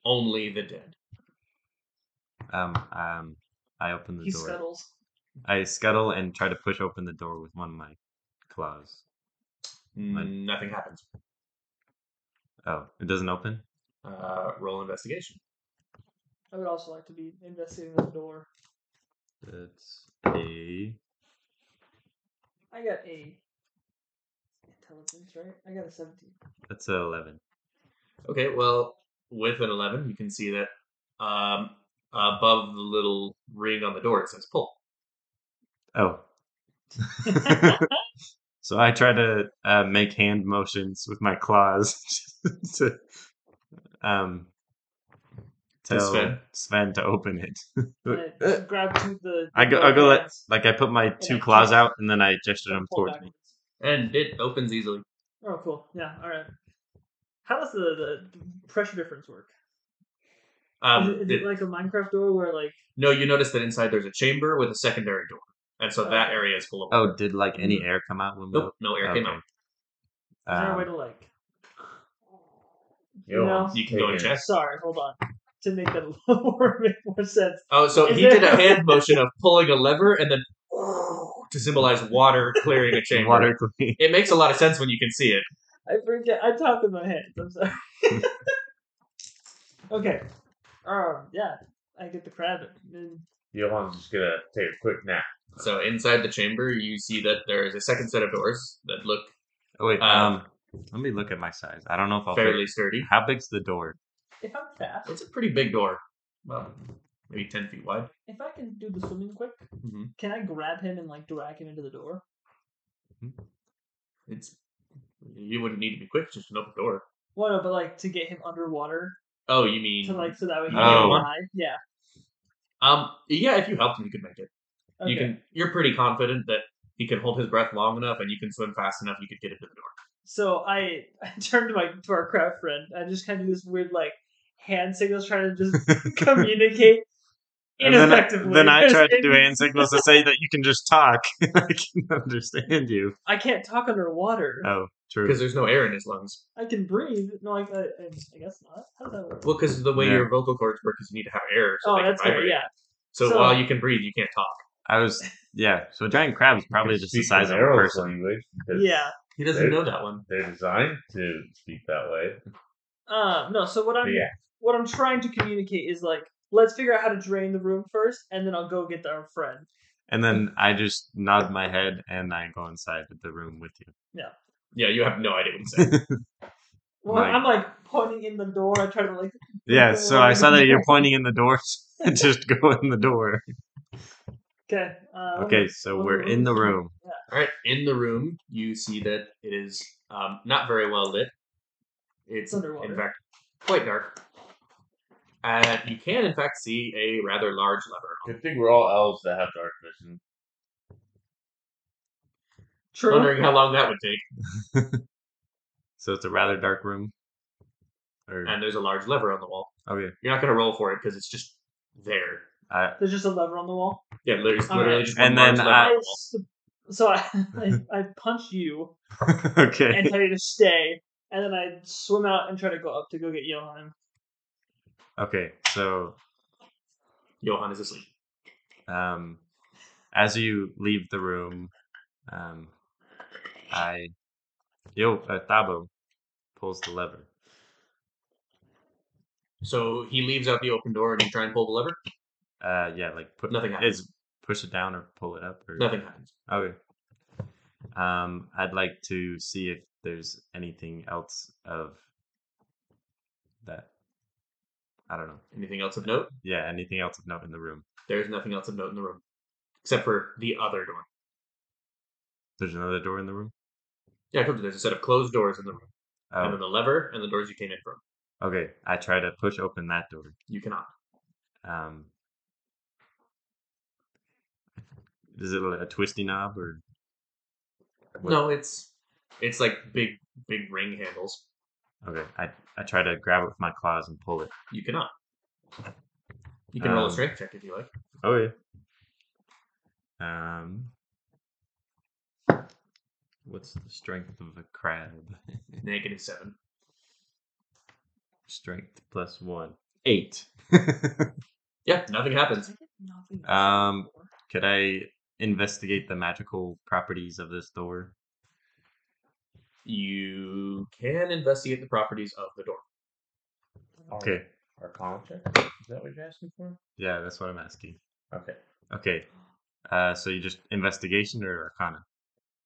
S2: Only the dead."
S1: Um, um, I open the
S4: He
S1: door.
S4: scuttles.
S1: I scuttle and try to push open the door with one of my claws.
S2: Mm, Nothing happens.
S1: Oh, it doesn't open.
S2: Uh, roll investigation.
S4: I would also like to be investigating the door.
S1: That's a
S4: I got a intelligence, right? I got a seventeen.
S1: that's a eleven.
S2: Okay, well, with an 11, you can see that um, above the little ring on the door, it says pull.
S1: Oh, <laughs> so I try to uh, make hand motions with my claws <laughs> to um
S2: To
S1: tell Sven.
S2: Sven.
S1: to open
S4: I
S1: it.
S4: grab two of the.
S1: uh, I go, I go like,
S4: hands
S1: like I put my two
S4: I
S1: claws
S4: kick.
S1: out and then I gesture
S4: and
S1: them
S4: pull
S1: towards me.
S4: backwards.
S2: And it opens easily.
S4: Oh, cool. Yeah. All right. How does the, the pressure difference work?
S2: Um,
S4: is it, is
S2: it-
S4: it like a Minecraft door where like
S2: no, you notice that inside there's a chamber with a secondary door. And so that area is full of.
S1: Oh, did like any air come out when we?
S2: Nope, no air came
S1: Oh. okay.
S2: out.
S4: Is there a way
S1: Um,
S4: to like?
S3: Yo,
S4: No.
S3: I'm
S2: You can go and
S3: taking-
S2: check.
S4: Sorry, hold on. To make that <laughs> a little more make more sense.
S2: Oh, so
S4: Is
S2: he
S4: there-
S2: did a
S4: <laughs>
S2: hand motion of pulling a lever and then to symbolize water
S1: <laughs>
S2: clearing a chamber.
S1: water clean.
S2: It makes a lot of sense when you can see it.
S4: I forget. I talk with my hands. I'm sorry. <laughs> okay. Um. Yeah. I get the crab. And
S3: Johan's just gonna take a quick nap.
S2: So inside the chamber, you see that there is a second set of doors that look
S1: Oh, wait,
S2: Um,
S1: um, let me look at my size. I don't know if I'll fit.
S2: fairly sturdy.
S1: How big's the door?
S4: if I'm fast,
S2: It's a pretty big door, well, maybe ten feet wide.
S4: if I can do the swimming quick,
S2: hmm
S4: can I grab him and like drag him into the door?
S2: It's you wouldn't need to be quick just to open the door.
S4: Well, no, but like to get him underwater
S2: Oh, you mean
S4: to like so that way he
S1: Oh.
S4: can fly. Yeah.
S2: um yeah? If you helped him, you could make it.
S4: Okay.
S2: You can. You're pretty confident that he can hold his breath long enough, and you can swim fast enough. You could get him to the door.
S4: So I, <laughs> I turned to my to our crab friend. I just kind of do this weird like hand signals trying to
S1: <laughs>
S4: just communicate
S1: And then I-
S4: ineffectively.
S1: Then
S4: <laughs>
S1: I, tried to do hand signals to say that you can just talk. <laughs> I can understand you.
S4: I can't talk underwater.
S1: Oh, true.
S2: because there's no air in his lungs.
S4: I can breathe. No, I, I, I guess not. How does that work?
S2: Well, because the way
S1: Yeah.
S2: your vocal cords work is you need to have air. So
S4: oh,
S2: they can
S4: that's fair.
S2: vibrate.
S4: Yeah.
S2: So,
S4: So-
S2: while you can breathe, you can't talk.
S1: I was, yeah. So a giant crab is probably
S3: You
S1: just the
S3: speak
S1: size of a
S3: Meryl's
S1: person.
S3: language because
S4: Yeah.
S2: He doesn't
S3: Right.
S2: know that one.
S3: They're designed to speak that way.
S4: Um. No. So what
S3: But
S4: I'm
S3: yeah,
S4: what I'm trying to communicate is like let's figure out how to drain the room first, and then I'll go get our friend.
S1: And then I just nod my head and I go inside the room with you.
S2: Yeah, you have no idea what he's <laughs> saying.
S4: Well,
S1: Right.
S4: I'm like pointing in the door. I try to like.
S1: Yeah. So I
S4: <laughs>
S1: saw that you're pointing in the door. <laughs> just go in the door.
S4: Okay. Uh,
S1: Okay. So
S4: what
S1: we're
S4: room
S1: in the
S4: is it?
S1: room.
S2: All right, in the room, you see that it is um, not very well lit. It's,
S4: It's underwater.
S2: in fact, quite dark. And you can, in fact, see a rather large lever.
S3: good thing we're all elves that have dark vision.
S4: True.
S2: Wondering how long that would take.
S1: So it's a rather dark room. Or, oh,
S2: And there's a large lever on the wall.
S1: okay.
S2: You're not going to roll for it because it's just there.
S1: I,
S4: There's just a lever on the wall.
S2: Yeah, there's
S4: All
S2: literally
S4: right.
S2: just one
S1: And
S2: large
S1: then uh,
S2: lever on
S4: I
S2: the wall.
S4: s- so I, <laughs> I I punch you
S1: <laughs>
S4: and
S1: okay.
S4: tell you to stay, and then I swim out and try to go up to go get Johan.
S1: Okay. So
S2: Johan is asleep.
S1: um, as you leave the room, um, I yo uh, Thabo pulls the lever.
S2: So he leaves out the open door and you try and pull the lever.
S1: Uh, yeah, like put
S2: Nothing happens.
S1: Is push it down or pull it up or
S2: Nothing happens.
S1: Okay. Um, I'd like to see if there's anything else of that. I don't know.
S2: Anything else of note?
S1: Yeah, anything else of note in the room?
S2: There's nothing else of note in the room, except for the other door.
S1: There's another door in the room.
S2: Yeah, I told you there's a set of closed doors in the room, and
S1: Oh,
S2: then the lever and the doors you came in from.
S1: okay. I try to push open that door.
S2: You cannot.
S1: Um, is it a twisty knob or? what?
S2: No, it's it's like big big ring handles.
S1: Okay, I I try to grab it with my claws and pull it.
S2: You cannot. You can roll a
S1: Um,
S2: strength check if you like.
S1: Oh yeah. Um. What's the strength of a crab? <laughs>
S2: Negative seven.
S1: strength plus one. Eight.
S2: Yeah, nothing happens.
S1: Um, Could I investigate the magical properties of this door?
S2: You can investigate the properties of the door.
S1: Okay.
S3: Our column check? Is that what you're asking for?
S1: Yeah, that's what I'm asking.
S3: Okay.
S1: Okay. Uh, so you just investigation or arcana?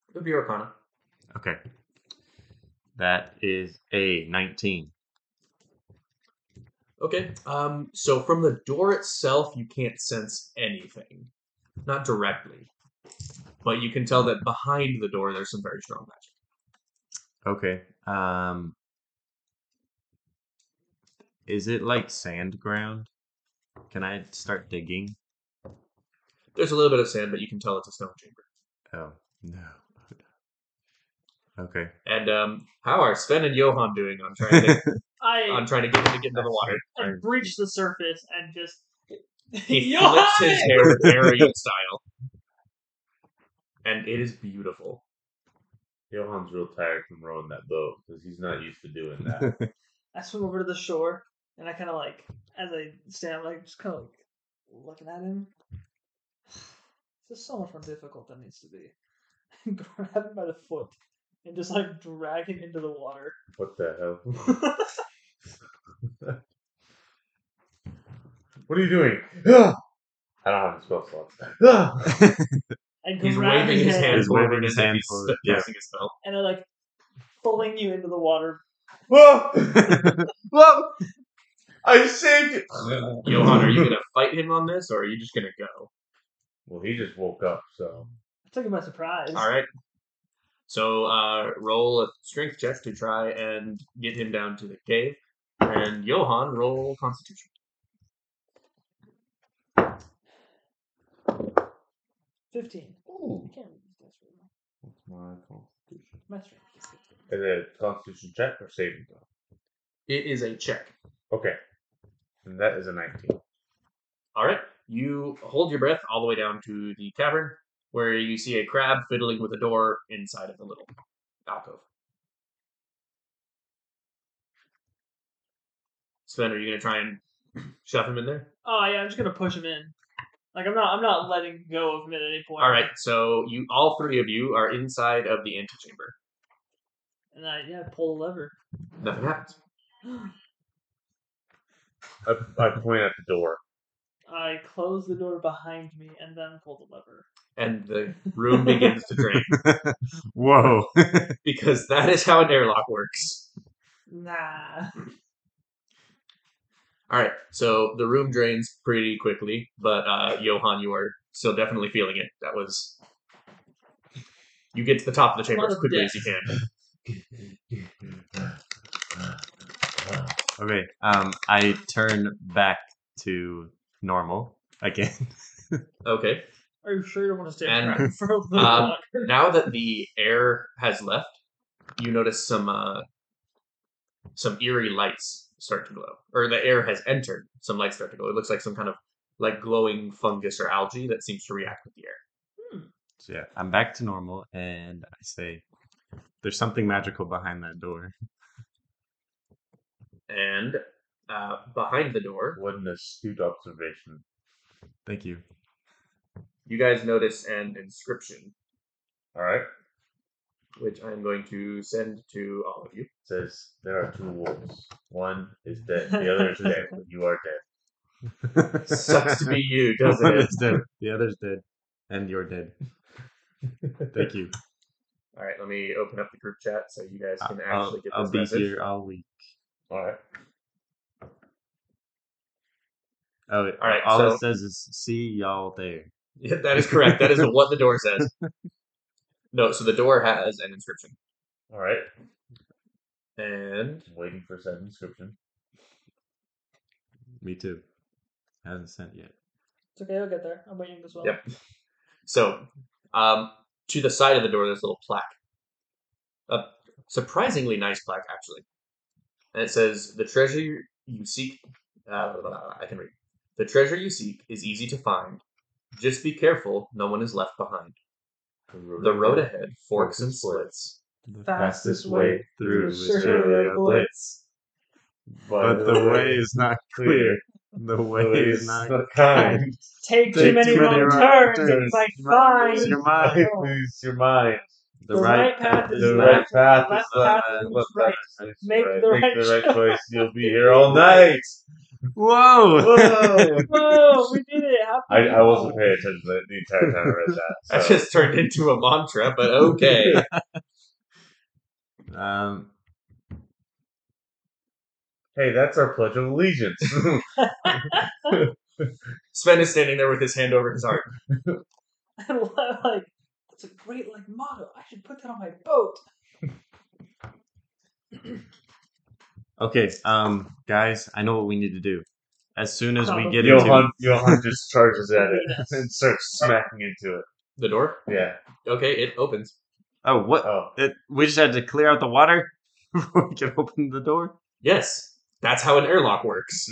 S2: It would be Arcana.
S1: Okay. That is a 19.
S2: Okay. Um, so from the door itself, you can't sense anything, not directly, but you can tell that behind the door there's some very strong magic.
S1: Okay. Um, is it like sand ground? Can I start digging?
S2: There's a little bit of sand, but you can tell it's a stone chamber.
S1: Oh, no. Okay.
S2: And um, how are Sven and Johan doing on trying to
S4: I
S2: on trying to get him to get into the water?
S4: I <laughs> breach the surface and just. <laughs>
S2: He
S4: Johan!
S2: flips his hair with Ariel style, and it is beautiful.
S3: Johan's real tired from rowing that boat because he's not used to doing <laughs> that.
S4: I swim over to the shore and I kind of like, as I stand, I'm like just kind of like looking at him. <sighs> This is so much more difficult than it needs to be. <laughs> Grab him by the foot and just like drag him into the water.
S3: what the hell? <laughs> What are you doing? <sighs> Ah! I don't have any spell <sighs> slots. Ah!
S4: I
S2: He's
S4: grab
S2: waving his hand
S1: He's
S2: forward
S1: waving
S2: as
S1: his
S2: if
S1: hand
S2: he's <laughs>
S1: forward, yeah.
S2: casting a spell.
S4: and I like fling you into the water.
S3: Ah! Well, I saved it.
S2: Johan, are you gonna fight him on this, or are you just gonna go?
S3: Well, he just woke up, so
S4: I took him by surprise.
S2: All right. So uh, roll a strength check to try and get him down to the cave, and Johan roll Constitution.
S4: Fifteen. I
S3: Ooh.
S4: can't remember this guy's name.
S3: What's my constitution?
S4: My strength is 15.
S3: Is it a constitution check or saving throw?
S2: It is a check.
S3: Okay. And that is a 19.
S2: All right. You hold your breath all the way down to the cavern, where you see a crab fiddling with a door inside of the little alcove. Sven, are you gonna try and shove him in there?
S4: Oh yeah, I'm just gonna push him in. Like I'm not, I'm not letting go of him at any point.
S2: All right. So you, all three of you, are inside of the antechamber.
S4: And I yeah, pull the lever. <gasps>
S2: Nothing happens.
S3: I, I point at the door. <sighs>
S4: I close the door behind me and then pull the lever.
S2: and the room begins to drain
S1: Whoa.
S2: because that is how an airlock works.
S4: Nah.
S2: All right, so the room drains pretty quickly, but uh, Johan, you are still definitely feeling it. That was. You get to the top of the chamber
S4: Lot
S2: as
S4: of
S2: quickly
S4: death.
S2: as you can.
S1: Okay. Um, I turn back to normal again. <laughs>
S2: Okay,
S4: Are you sure you don't want to stay
S2: And,
S4: around for a little
S2: um,
S4: longer?
S2: now that the air has left, you notice some uh, some eerie lights start to glow, or the air has entered. Some lights start to glow. It looks like some kind of like glowing fungus or algae that seems to react with the air.
S1: So yeah, I'm back to normal, and I say, "There's something magical behind that door."
S2: and uh, behind the door,
S3: What an astute observation.
S1: Thank you. <laughs>
S2: you guys notice an inscription,
S3: All right.
S2: which I'm going to send to all of you.
S3: says there are two wolves. One is dead. The other
S1: <laughs>
S3: is dead. You are dead.
S2: Sucks to be you,
S1: <laughs>
S2: doesn't
S1: One
S2: it?
S1: is dead. The other's dead, and you're dead. Thank <laughs> you.
S2: All right, let me open up the group chat so you guys can
S1: I'll,
S2: actually get this
S1: I'll be
S2: message.
S1: here all week.
S3: All right.
S1: Oh, it,
S2: All right,
S1: All
S2: so-
S1: it says is "see y'all there."
S2: <laughs> Yeah, that is correct. That is what the door
S1: <laughs>
S2: says. No, so the door has an inscription,
S3: All right.
S2: and
S3: I'm waiting for said inscription.
S1: Me too. Hasn't sent yet.
S4: <laughs> It's okay, I'll get there. I'm waiting as well.
S2: Yep. so um, to the side of the door, there's a little plaque, a surprisingly nice plaque actually, and it says the treasure you seek. Uh, blah, blah, blah, I can read. The treasure you seek is easy to find. Just be careful; no one is left behind. The road ahead forks and splits.
S1: The
S4: Fastest way
S1: through
S4: through
S1: is
S4: surely
S1: surely
S4: a
S1: a
S4: blitz.
S1: blitz, but the way
S3: <laughs>
S1: is not <laughs> clear. The way is not
S3: kind.
S1: <laughs> kind.
S4: Take, too
S1: Take
S4: many
S1: too many
S4: wrong
S1: wrong
S4: turns,
S1: turns.
S4: and might
S1: You lose
S4: find
S1: your
S4: the
S1: mind.
S4: wrong.
S3: Lose your mind.
S1: <laughs> The right
S4: path is
S3: The
S1: is
S3: right
S1: left.
S3: path
S4: left
S3: is left.
S4: path
S3: The
S4: is
S3: left
S4: right.
S3: path is
S4: Make
S3: right.
S4: the
S3: Make
S4: right
S3: the right choice. You'll be here all night.
S1: <laughs> Whoa!
S3: Whoa.
S4: <laughs> Whoa, Oh, we did it! How
S3: I, I wasn't paying attention the the entire time I read that. So.
S2: That just turned into a mantra, but okay.
S1: <laughs> um,
S3: hey, that's our pledge of allegiance.
S2: <laughs>
S3: <laughs>
S2: Sven is standing there with his hand over his heart.
S4: <laughs> I love, like that's a great like motto. I should put that on my boat.
S1: okay, um, guys, I know what we need to do. As soon as we get
S3: Johan,
S1: into
S3: Johan
S2: <laughs>
S3: just charges at it and starts smacking into it.
S2: The door.
S3: Yeah.
S2: Okay, it opens.
S1: oh, what
S3: Oh,
S1: it, we just had to clear out the water <laughs> before we can open the door.
S2: Yes, that's how an airlock works.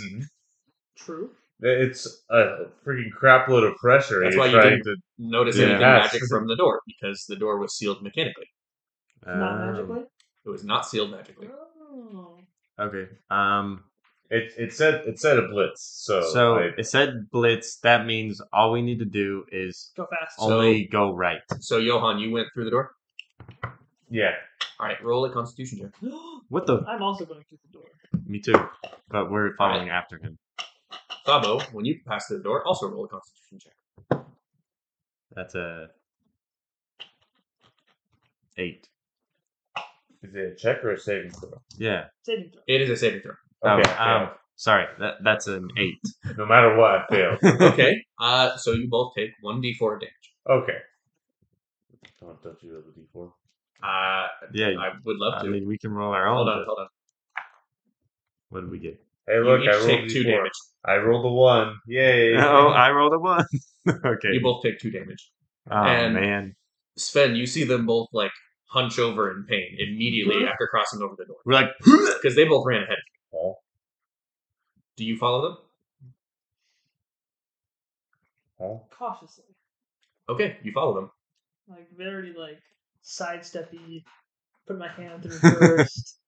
S4: True.
S3: it's a freaking crap load of pressure.
S2: That's
S3: You're
S2: why you
S3: trying to.
S2: Notice
S1: Yeah.
S2: anything
S3: Yes.
S2: magic from the door because the door was sealed mechanically.
S4: Not
S1: Um,
S4: magically.
S2: It was not sealed magically.
S4: Oh.
S1: Okay. Um.
S3: It it said it said a blitz, so
S2: Oh,
S1: so
S3: like,
S1: it said blitz. That means all we need to do is
S4: Go fast.
S2: Oh.
S1: only go right.
S2: So Johan, you went through the door.
S3: yeah.
S2: All right, roll a Constitution check.
S1: What the?
S4: <gasps> I'm also going through the door.
S1: Me too. But we're following after him.
S2: Thabo, when you pass through the door, also roll a Constitution check.
S1: That's a eight.
S3: Is it a check or a saving throw?
S1: Yeah.
S4: Saving throw.
S2: It is a saving throw.
S1: Oh,
S3: Okay,
S1: um, sorry. That that's an eight.
S3: failed. no matter what, I
S2: <laughs>
S3: failed.
S2: okay. Uh, so you both take one d4 damage.
S3: Okay. Don't, don't you have a D four?
S2: Uh,
S1: Yeah.
S2: I would love
S1: I
S2: to.
S1: mean, we can roll our own.
S2: hold on,
S1: but
S2: hold on.
S1: What did we get?
S3: Hey,
S2: You
S3: look, I
S2: each
S3: rolled
S2: take
S3: a
S2: two
S3: D4.
S2: damage.
S3: I rolled a one. Yay!
S1: <laughs> Oh, I rolled a one. <laughs> okay.
S2: You both take two damage.
S1: oh
S2: and-
S1: man,
S2: Sven, you see them both like hunch over in pain immediately after crossing over the door
S1: we're
S2: <laughs>
S1: like,
S2: because they both ran ahead.
S3: Oh.
S2: Do you follow them?
S3: Huh?
S4: Cautiously.
S2: Okay, you follow them.
S4: Like very like sidesteppy. Put my hand through first.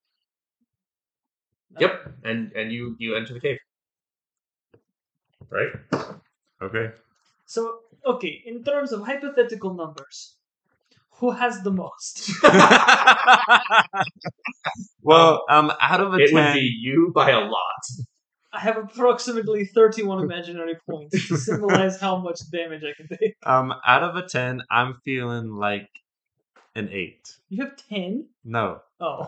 S2: Yep, and and you you enter the cave.
S3: Right?
S1: okay.
S4: So okay, in terms of hypothetical numbers, who has the most? <laughs>
S1: <laughs> well, um, out of a
S2: It would
S1: ten,
S2: be you by a lot.
S4: I have approximately thirty-one imaginary points to symbolize how much damage I can take.
S1: um, out of a ten, I'm feeling like an eight.
S4: You have ten.
S1: No,
S3: <laughs>
S4: Oh,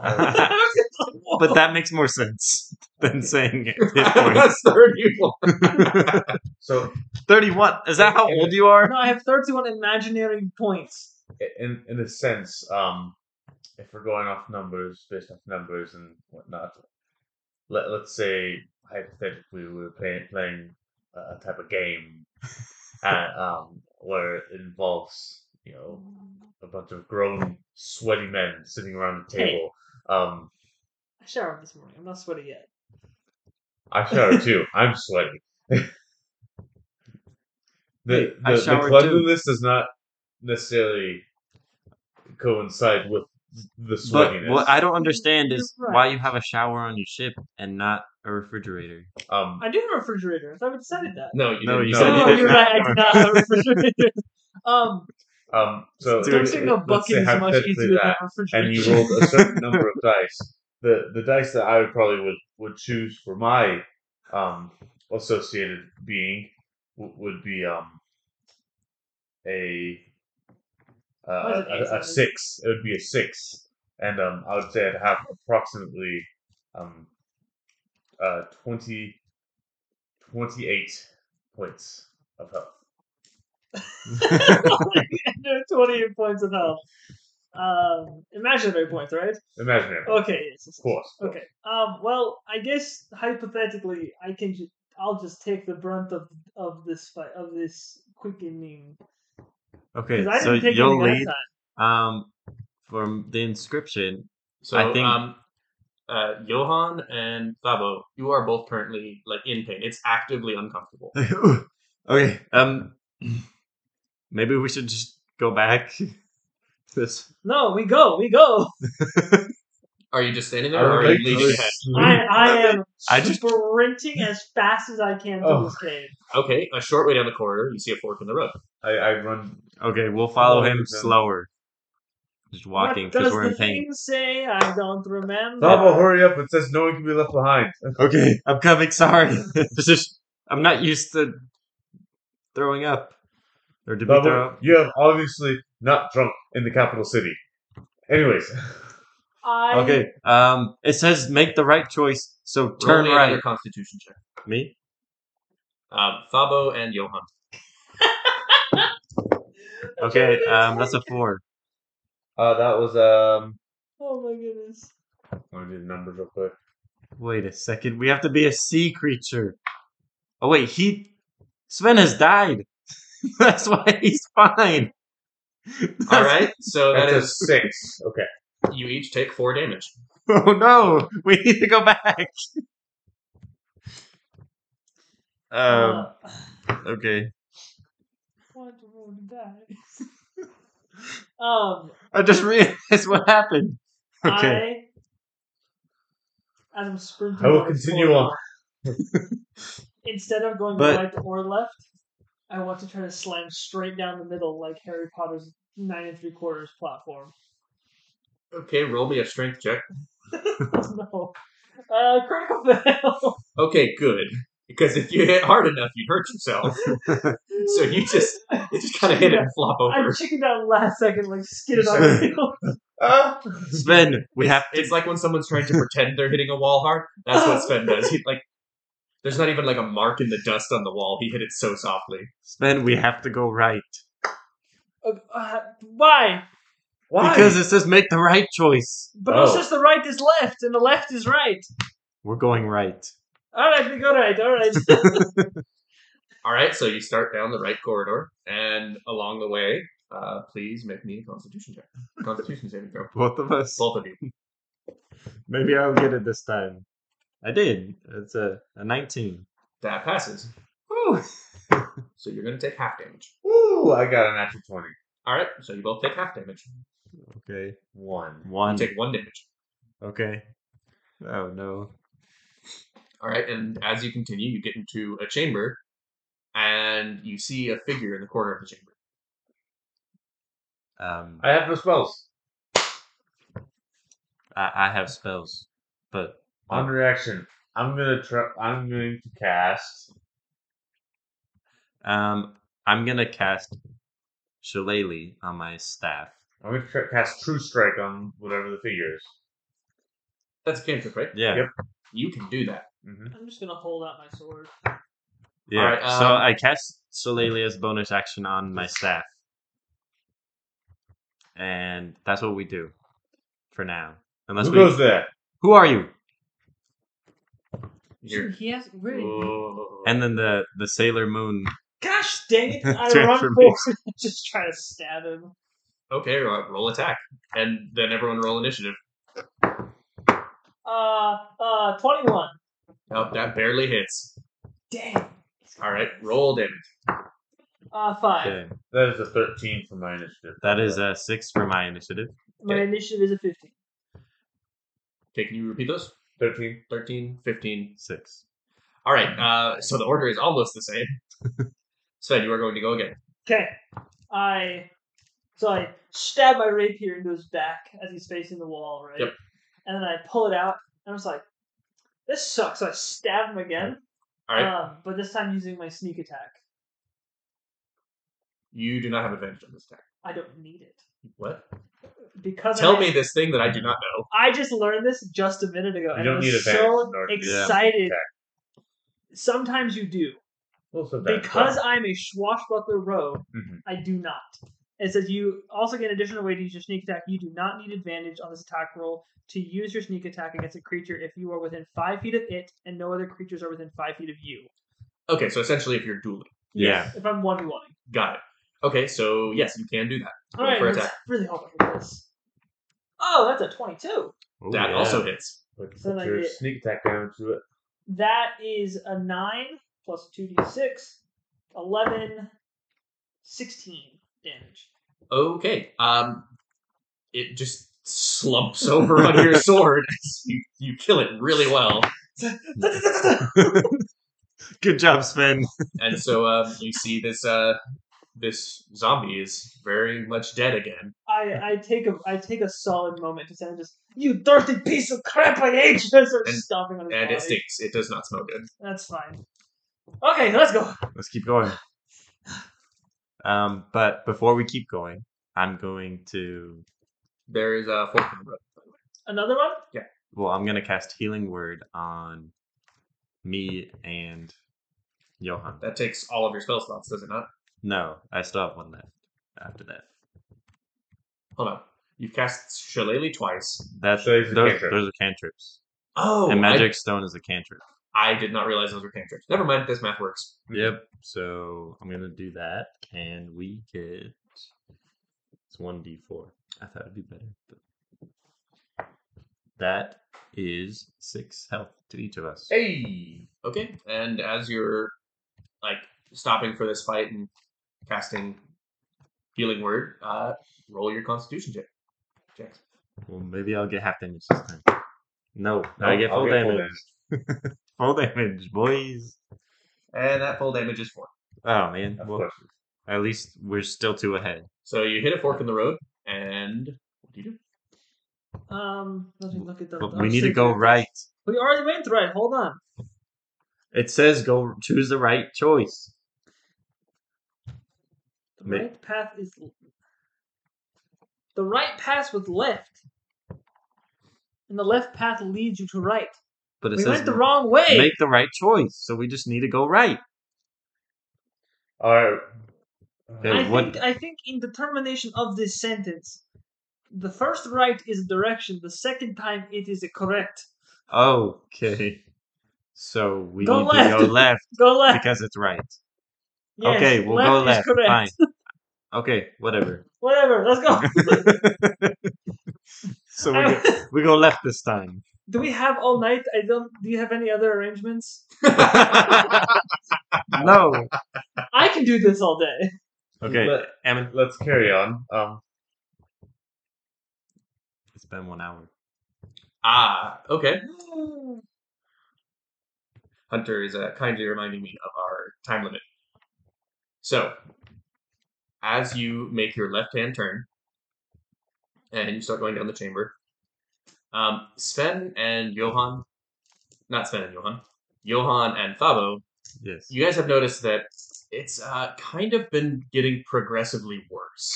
S4: <laughs>
S2: Oh.
S1: but that makes more sense <laughs> than saying
S2: <laughs>
S1: hit points.
S2: That's thirty-one.
S3: So
S1: Thirty-one. Is that how old you are?
S4: no, I have thirty-one imaginary points.
S3: i- in in a sense, um, if we're going off numbers, based off numbers and whatnot, let let's say hypothetically we were playing playing a type of game, uh, um, where it involves you know a bunch of grown sweaty men sitting around a table. Um,
S4: I showered this morning. I'm not sweaty yet.
S3: I
S1: <laughs>
S3: shower too. I'm <laughs> sweaty.
S1: Hey,
S3: the
S1: I
S3: the, the
S1: shower too.
S3: cleanliness does not necessarily coincide with the
S1: But
S3: sweatiness.
S1: what I don't understand is
S4: You're right.
S1: why you have a shower on your ship and not a refrigerator.
S3: um,
S4: I do have a refrigerator. I thought we decided that.
S2: No, you
S1: No,
S2: didn't.
S1: you
S3: No,
S1: said
S4: oh,
S1: you didn't
S4: you're
S1: have
S4: right. I
S1: one.
S4: do not have a refrigerator. <laughs> um,
S3: um, so
S1: Dude,
S4: searching a
S3: let's say
S4: bucket is much
S3: hypothetically
S4: easier than
S3: that,
S4: a refrigerator.
S3: and you rolled a certain number of dice. The the dice that I would probably would, would choose for my um, associated being w- would be um, a, uh,
S4: What is it,
S3: a- a, a
S4: eight,
S3: six. It would be a six, and um, I would say I'd have approximately um, uh, 20, 28 points of health.
S4: <laughs> Twenty points of health. Um, imaginary points, right?
S3: Imaginary.
S4: Okay. Yes, yes,
S3: Of course. of
S4: Oh, Okay. Um. Well, I guess hypothetically, I can. Ju- I'll just take the brunt of of this fight of this quickening
S1: Okay,
S4: because I
S1: so
S4: didn't take
S1: you'll
S4: any
S1: lead.
S4: that
S1: Um, from the inscription,
S2: <laughs> So
S1: I think-
S2: um, uh, Johan and Thabo, you are both currently like in pain. It's actively uncomfortable.
S1: okay. Um, maybe we should just go back. This.
S4: No, we go.
S1: <laughs>
S4: We go.
S2: Are you just standing
S3: I
S2: there, or
S3: would
S2: are
S3: like
S2: you
S3: to
S2: leaving ahead?
S4: I
S3: sleep.
S4: I am
S1: I just-
S4: sprinting as fast as I can through
S3: Oh.
S4: this cave.
S2: Okay, a short way down the corridor, you see a fork in the road.
S3: I, I run
S1: Okay, we'll follow
S3: Slower
S1: him
S3: than-
S1: slower. Just walking
S4: what
S1: because
S4: does
S1: we're
S4: the
S1: in pain.
S4: thing say? I don't remember.
S3: Thabo, hurry up! It says no one can be left behind.
S1: Okay, I'm coming. Sorry, <laughs> it's just I'm not used to throwing up. Or
S3: <laughs>
S1: did we throw
S3: Thabo,
S1: up?
S3: you have obviously not drunk in the capital city. Anyways,
S4: I
S1: Okay. Um, it says make the right choice, so turn
S2: Roll me
S1: right.
S2: Another Constitution check.
S1: Me.
S2: Um, Thabo and Johan.
S1: Okay. Um, that's a four.
S3: uh, that was um.
S4: Oh my goodness.
S3: Let me do the numbers real quick.
S1: Wait a second. We have to be a sea creature. Oh wait, he Sven has died. <laughs> That's why he's fine. <laughs>
S2: All right, so that
S3: <laughs> That's a
S2: is
S3: six. <laughs> Okay.
S2: you each take four damage.
S1: Oh no, we need to go back. Um.
S4: Uh, <laughs>
S1: Okay.
S4: want to roll the die. <laughs> Um,
S1: I just realized what happened. Okay.
S4: I, as I'm sprinting,
S3: I will
S4: towards
S3: continue
S4: Florida,
S3: on.
S4: Instead of going
S1: But-
S4: right or left, I want to try to slam straight down the middle like Harry Potter's nine and three quarters platform. <laughs>
S2: Okay, roll me a strength check.
S4: no. Uh, critical fail.
S2: Okay, good. Because if you hit hard enough, you'd hurt yourself. So
S4: <laughs>
S2: you just you just kind of hit it and flop
S4: I
S2: over.
S4: chickened out last second, like skidded on the field. <laughs>
S3: Ah!
S1: Sven, we have to.
S2: It's like when
S1: <laughs>
S2: someone's trying to pretend they're hitting a wall hard. That's what Sven does. He like there's not even like a mark in the dust on the wall. He hit it so softly.
S1: Sven, we have to go right.
S4: Uh, uh, why?
S3: Why?
S1: Because it says make the right choice.
S4: But
S3: Oh.
S4: it says the right is left and the left is right.
S1: We're going right.
S4: All right, we go right. All right.
S2: All right, so you start down the right corridor, and along the way, uh, please make me a Constitution check. Constitution saving throw.
S1: Both of us.
S2: Both of you.
S1: Maybe I'll get it this time. I did. It's a, a 19.
S2: That passes.
S1: Woo.
S2: So you're going to take half damage.
S3: Ooh, I got a natural 20.
S2: All right, so you both take half damage.
S1: Okay.
S3: One.
S2: You
S1: One.
S2: take one damage.
S1: Okay. Oh no.
S2: All right, and as you continue, you get into a chamber, and you see a figure in the corner of the chamber.
S1: Um,
S3: I have no spells.
S1: I, I have spells, but
S3: On reaction, I'm gonna try. I'm going to cast.
S1: um, I'm gonna cast Shillelagh on my staff.
S3: I'm gonna try, cast True Strike on whatever the figure is.
S2: That's a cantrip, right?
S1: Yeah.
S3: Yep.
S2: You can do that.
S3: Mm-hmm.
S4: I'm just gonna hold out my sword.
S1: Yeah.
S2: Alright,
S1: so
S2: um,
S1: I cast Shillelagh as bonus action on my staff, and that's what we do for now. Unless
S3: Who
S1: we.
S3: goes there?
S1: Who are you?
S2: Here.
S4: He has. Really?
S3: Oh.
S2: Whoa.
S1: And then the the Sailor Moon.
S4: Gosh dang
S2: <laughs>
S4: it! I run
S1: Transformation.
S4: forward <laughs> and just try to stab him.
S2: okay, ro- roll attack, and then everyone roll initiative.
S4: Uh, uh, 21.
S2: Oh, that barely hits.
S4: Dang.
S2: All right, roll damage.
S4: Uh, 5.
S1: Okay.
S3: That is a 13 for my initiative.
S1: That is a six for my initiative.
S4: My
S2: Okay.
S4: initiative is a 15.
S2: Okay, can you repeat those?
S3: 13.
S2: 13, 15,
S1: Six.
S2: All right. Uh, so the order is almost the same. Sven, you are going to go again.
S4: Okay. I. So I stab my rapier into his back as he's facing the wall, right?
S2: Yep.
S4: And then I pull it out, and I was like, this sucks. So I stab him again,
S2: All right.
S4: um, but this time using my sneak attack.
S2: you do not have advantage on this attack.
S4: I don't need it.
S2: What?
S4: Because
S2: Tell
S4: I,
S2: me this thing that I do not know.
S4: I just learned this just a minute ago,
S3: You
S4: and
S3: don't
S4: I was
S3: need advantage
S4: so
S3: in order to do
S1: that.
S4: excited.
S3: Okay.
S4: Sometimes you do.
S3: Also that
S4: Because I'm a swashbuckler rogue,
S3: Mhm.
S4: I do not. It says you also get an additional way to use your sneak attack. You do not need advantage on this attack roll to use your sneak attack against a creature if you are within five feet of it and no other creatures are within five feet of you.
S2: Okay, so essentially, if you're dueling,
S1: Yeah.
S4: If I'm one v one.
S2: got it. Okay, so yes, you can do that.
S4: All right,
S2: for
S4: let's
S2: attack.
S4: really hope I get this. Oh, that's a twenty-two.
S1: Ooh,
S2: that
S1: Oh, yeah.
S2: also hits.
S3: Put, put
S4: So like
S3: your
S4: it-
S3: sneak attack down to it.
S4: That is a nine plus two d six, eleven, sixteen damage.
S2: Okay. Um, it just slumps <laughs> over on your sword. <laughs> You you kill it really well,
S1: Good job, Sven.
S2: and so um, you see this uh this zombie is very much dead again.
S4: I, I take a I take a solid moment to say just you dirty piece of crap I hate you <laughs> and start
S2: And-
S4: stomping on his
S2: and
S4: body.
S2: it stinks. It does not smell good.
S4: That's fine. Okay, let's go.
S1: Let's keep going. Um, but before we keep going, I'm going to
S2: There is a fork in the road. by the way.
S4: Another one?
S1: well, I'm gonna cast Healing Word on me and Johan.
S2: That takes all of your spell slots, does it not?
S1: No, I still have one left after that.
S2: Hold on. You've cast Shillelagh twice.
S1: That's
S3: So it's a
S1: those,
S3: cantrip.
S1: those are cantrips.
S2: Oh,
S1: and Magic Stone is a cantrip.
S2: I, I did not realize those were cantrips. Never mind. This math works.
S1: Yep. So I'm gonna do that, and we get it's one d4. I thought it'd be better. But... That is six health to each of us.
S2: Hey. Okay. And as you're like stopping for this fight and casting healing word, uh, roll your Constitution check. Checks.
S1: Well, maybe I'll get half damage this time. No, I
S3: No,
S1: get
S3: I'll
S1: full
S3: get full
S1: damage. Full damage, boys.
S2: And that full damage is four.
S1: Oh man.
S3: Of
S1: Well,
S3: course.
S1: at least we're still two ahead.
S2: So you hit a fork in the road, and what do you do?
S4: Um, let me look at the.
S1: But
S4: I'm
S1: we need to
S4: just
S1: go
S4: thinking-
S1: right.
S4: We already went right. Hold on.
S1: It says go choose the right choice.
S4: The
S1: Ma-
S4: right path is. l- The right path was left, and the left path leads you to right.
S1: But it
S4: we
S1: says
S4: went the wrong way.
S1: make the right choice. So we just need to go right.
S3: All right.
S1: Okay,
S4: I
S1: Uh, what-
S4: think I think in the termination of this sentence, the first right is direction. The second time it is correct.
S1: Okay. So we
S4: Go
S1: need
S4: left.
S1: to go left
S4: Go <laughs> left.
S1: because it's right. <laughs>
S4: Yes,
S1: okay, we'll
S4: left
S1: go
S4: is
S1: left.
S4: correct.
S1: Fine. Okay, whatever.
S4: <laughs> Whatever.
S1: <laughs>
S4: Let's go.
S1: So we go, we go left this time.
S4: <laughs>
S1: <laughs>
S4: do we have all night? I don't. Do you have any other arrangements?
S1: no.
S4: I can do this all day. <laughs>
S1: Okay,
S3: Let,
S1: Ammon.
S3: let's carry on. Um,
S1: It's been one hour.
S2: Ah, okay. Hunter is uh, kindly reminding me of our time limit. So, as you make your left hand turn and you start going down the chamber, um, Sven and Johan, not Sven and Johan, Johan and Fabo,
S1: Yes.
S2: you guys have noticed that it's uh, kind of been getting progressively worse.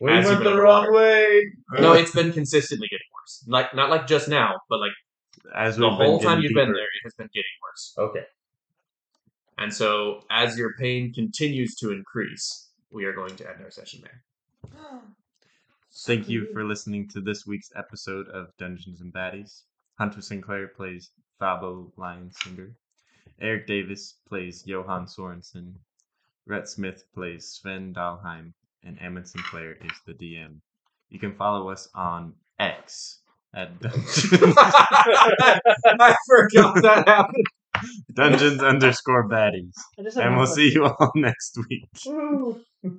S3: we
S2: As you
S3: went
S2: go
S3: the
S2: to
S3: wrong
S2: water.
S3: way.
S2: No, it's been consistently getting worse. Like not like just now, but like
S1: As
S2: the
S1: we've been
S2: whole time
S1: getting
S2: you've been
S1: deeper.
S2: there, it has been getting worse.
S3: Okay.
S2: And so, as your pain continues to increase, we are going to end our session
S1: <laughs>
S2: there. <laughs>
S1: Thank you for listening to this week's episode of Dungeons and Baddies. Hunter Sinclair plays Fabo Lion Singer. Eric Davis plays Johan Sorensen. Rhett Smith plays Sven Dahlheim. And Emmett Sinclair is the DM. You can follow us on X at <laughs> Dungeons,
S2: I forgot that happened. <laughs>
S1: Dungeons underscore baddies.
S4: I just have
S1: And
S4: one
S1: we'll <laughs>
S4: question.
S1: see you all next week.
S3: Woo.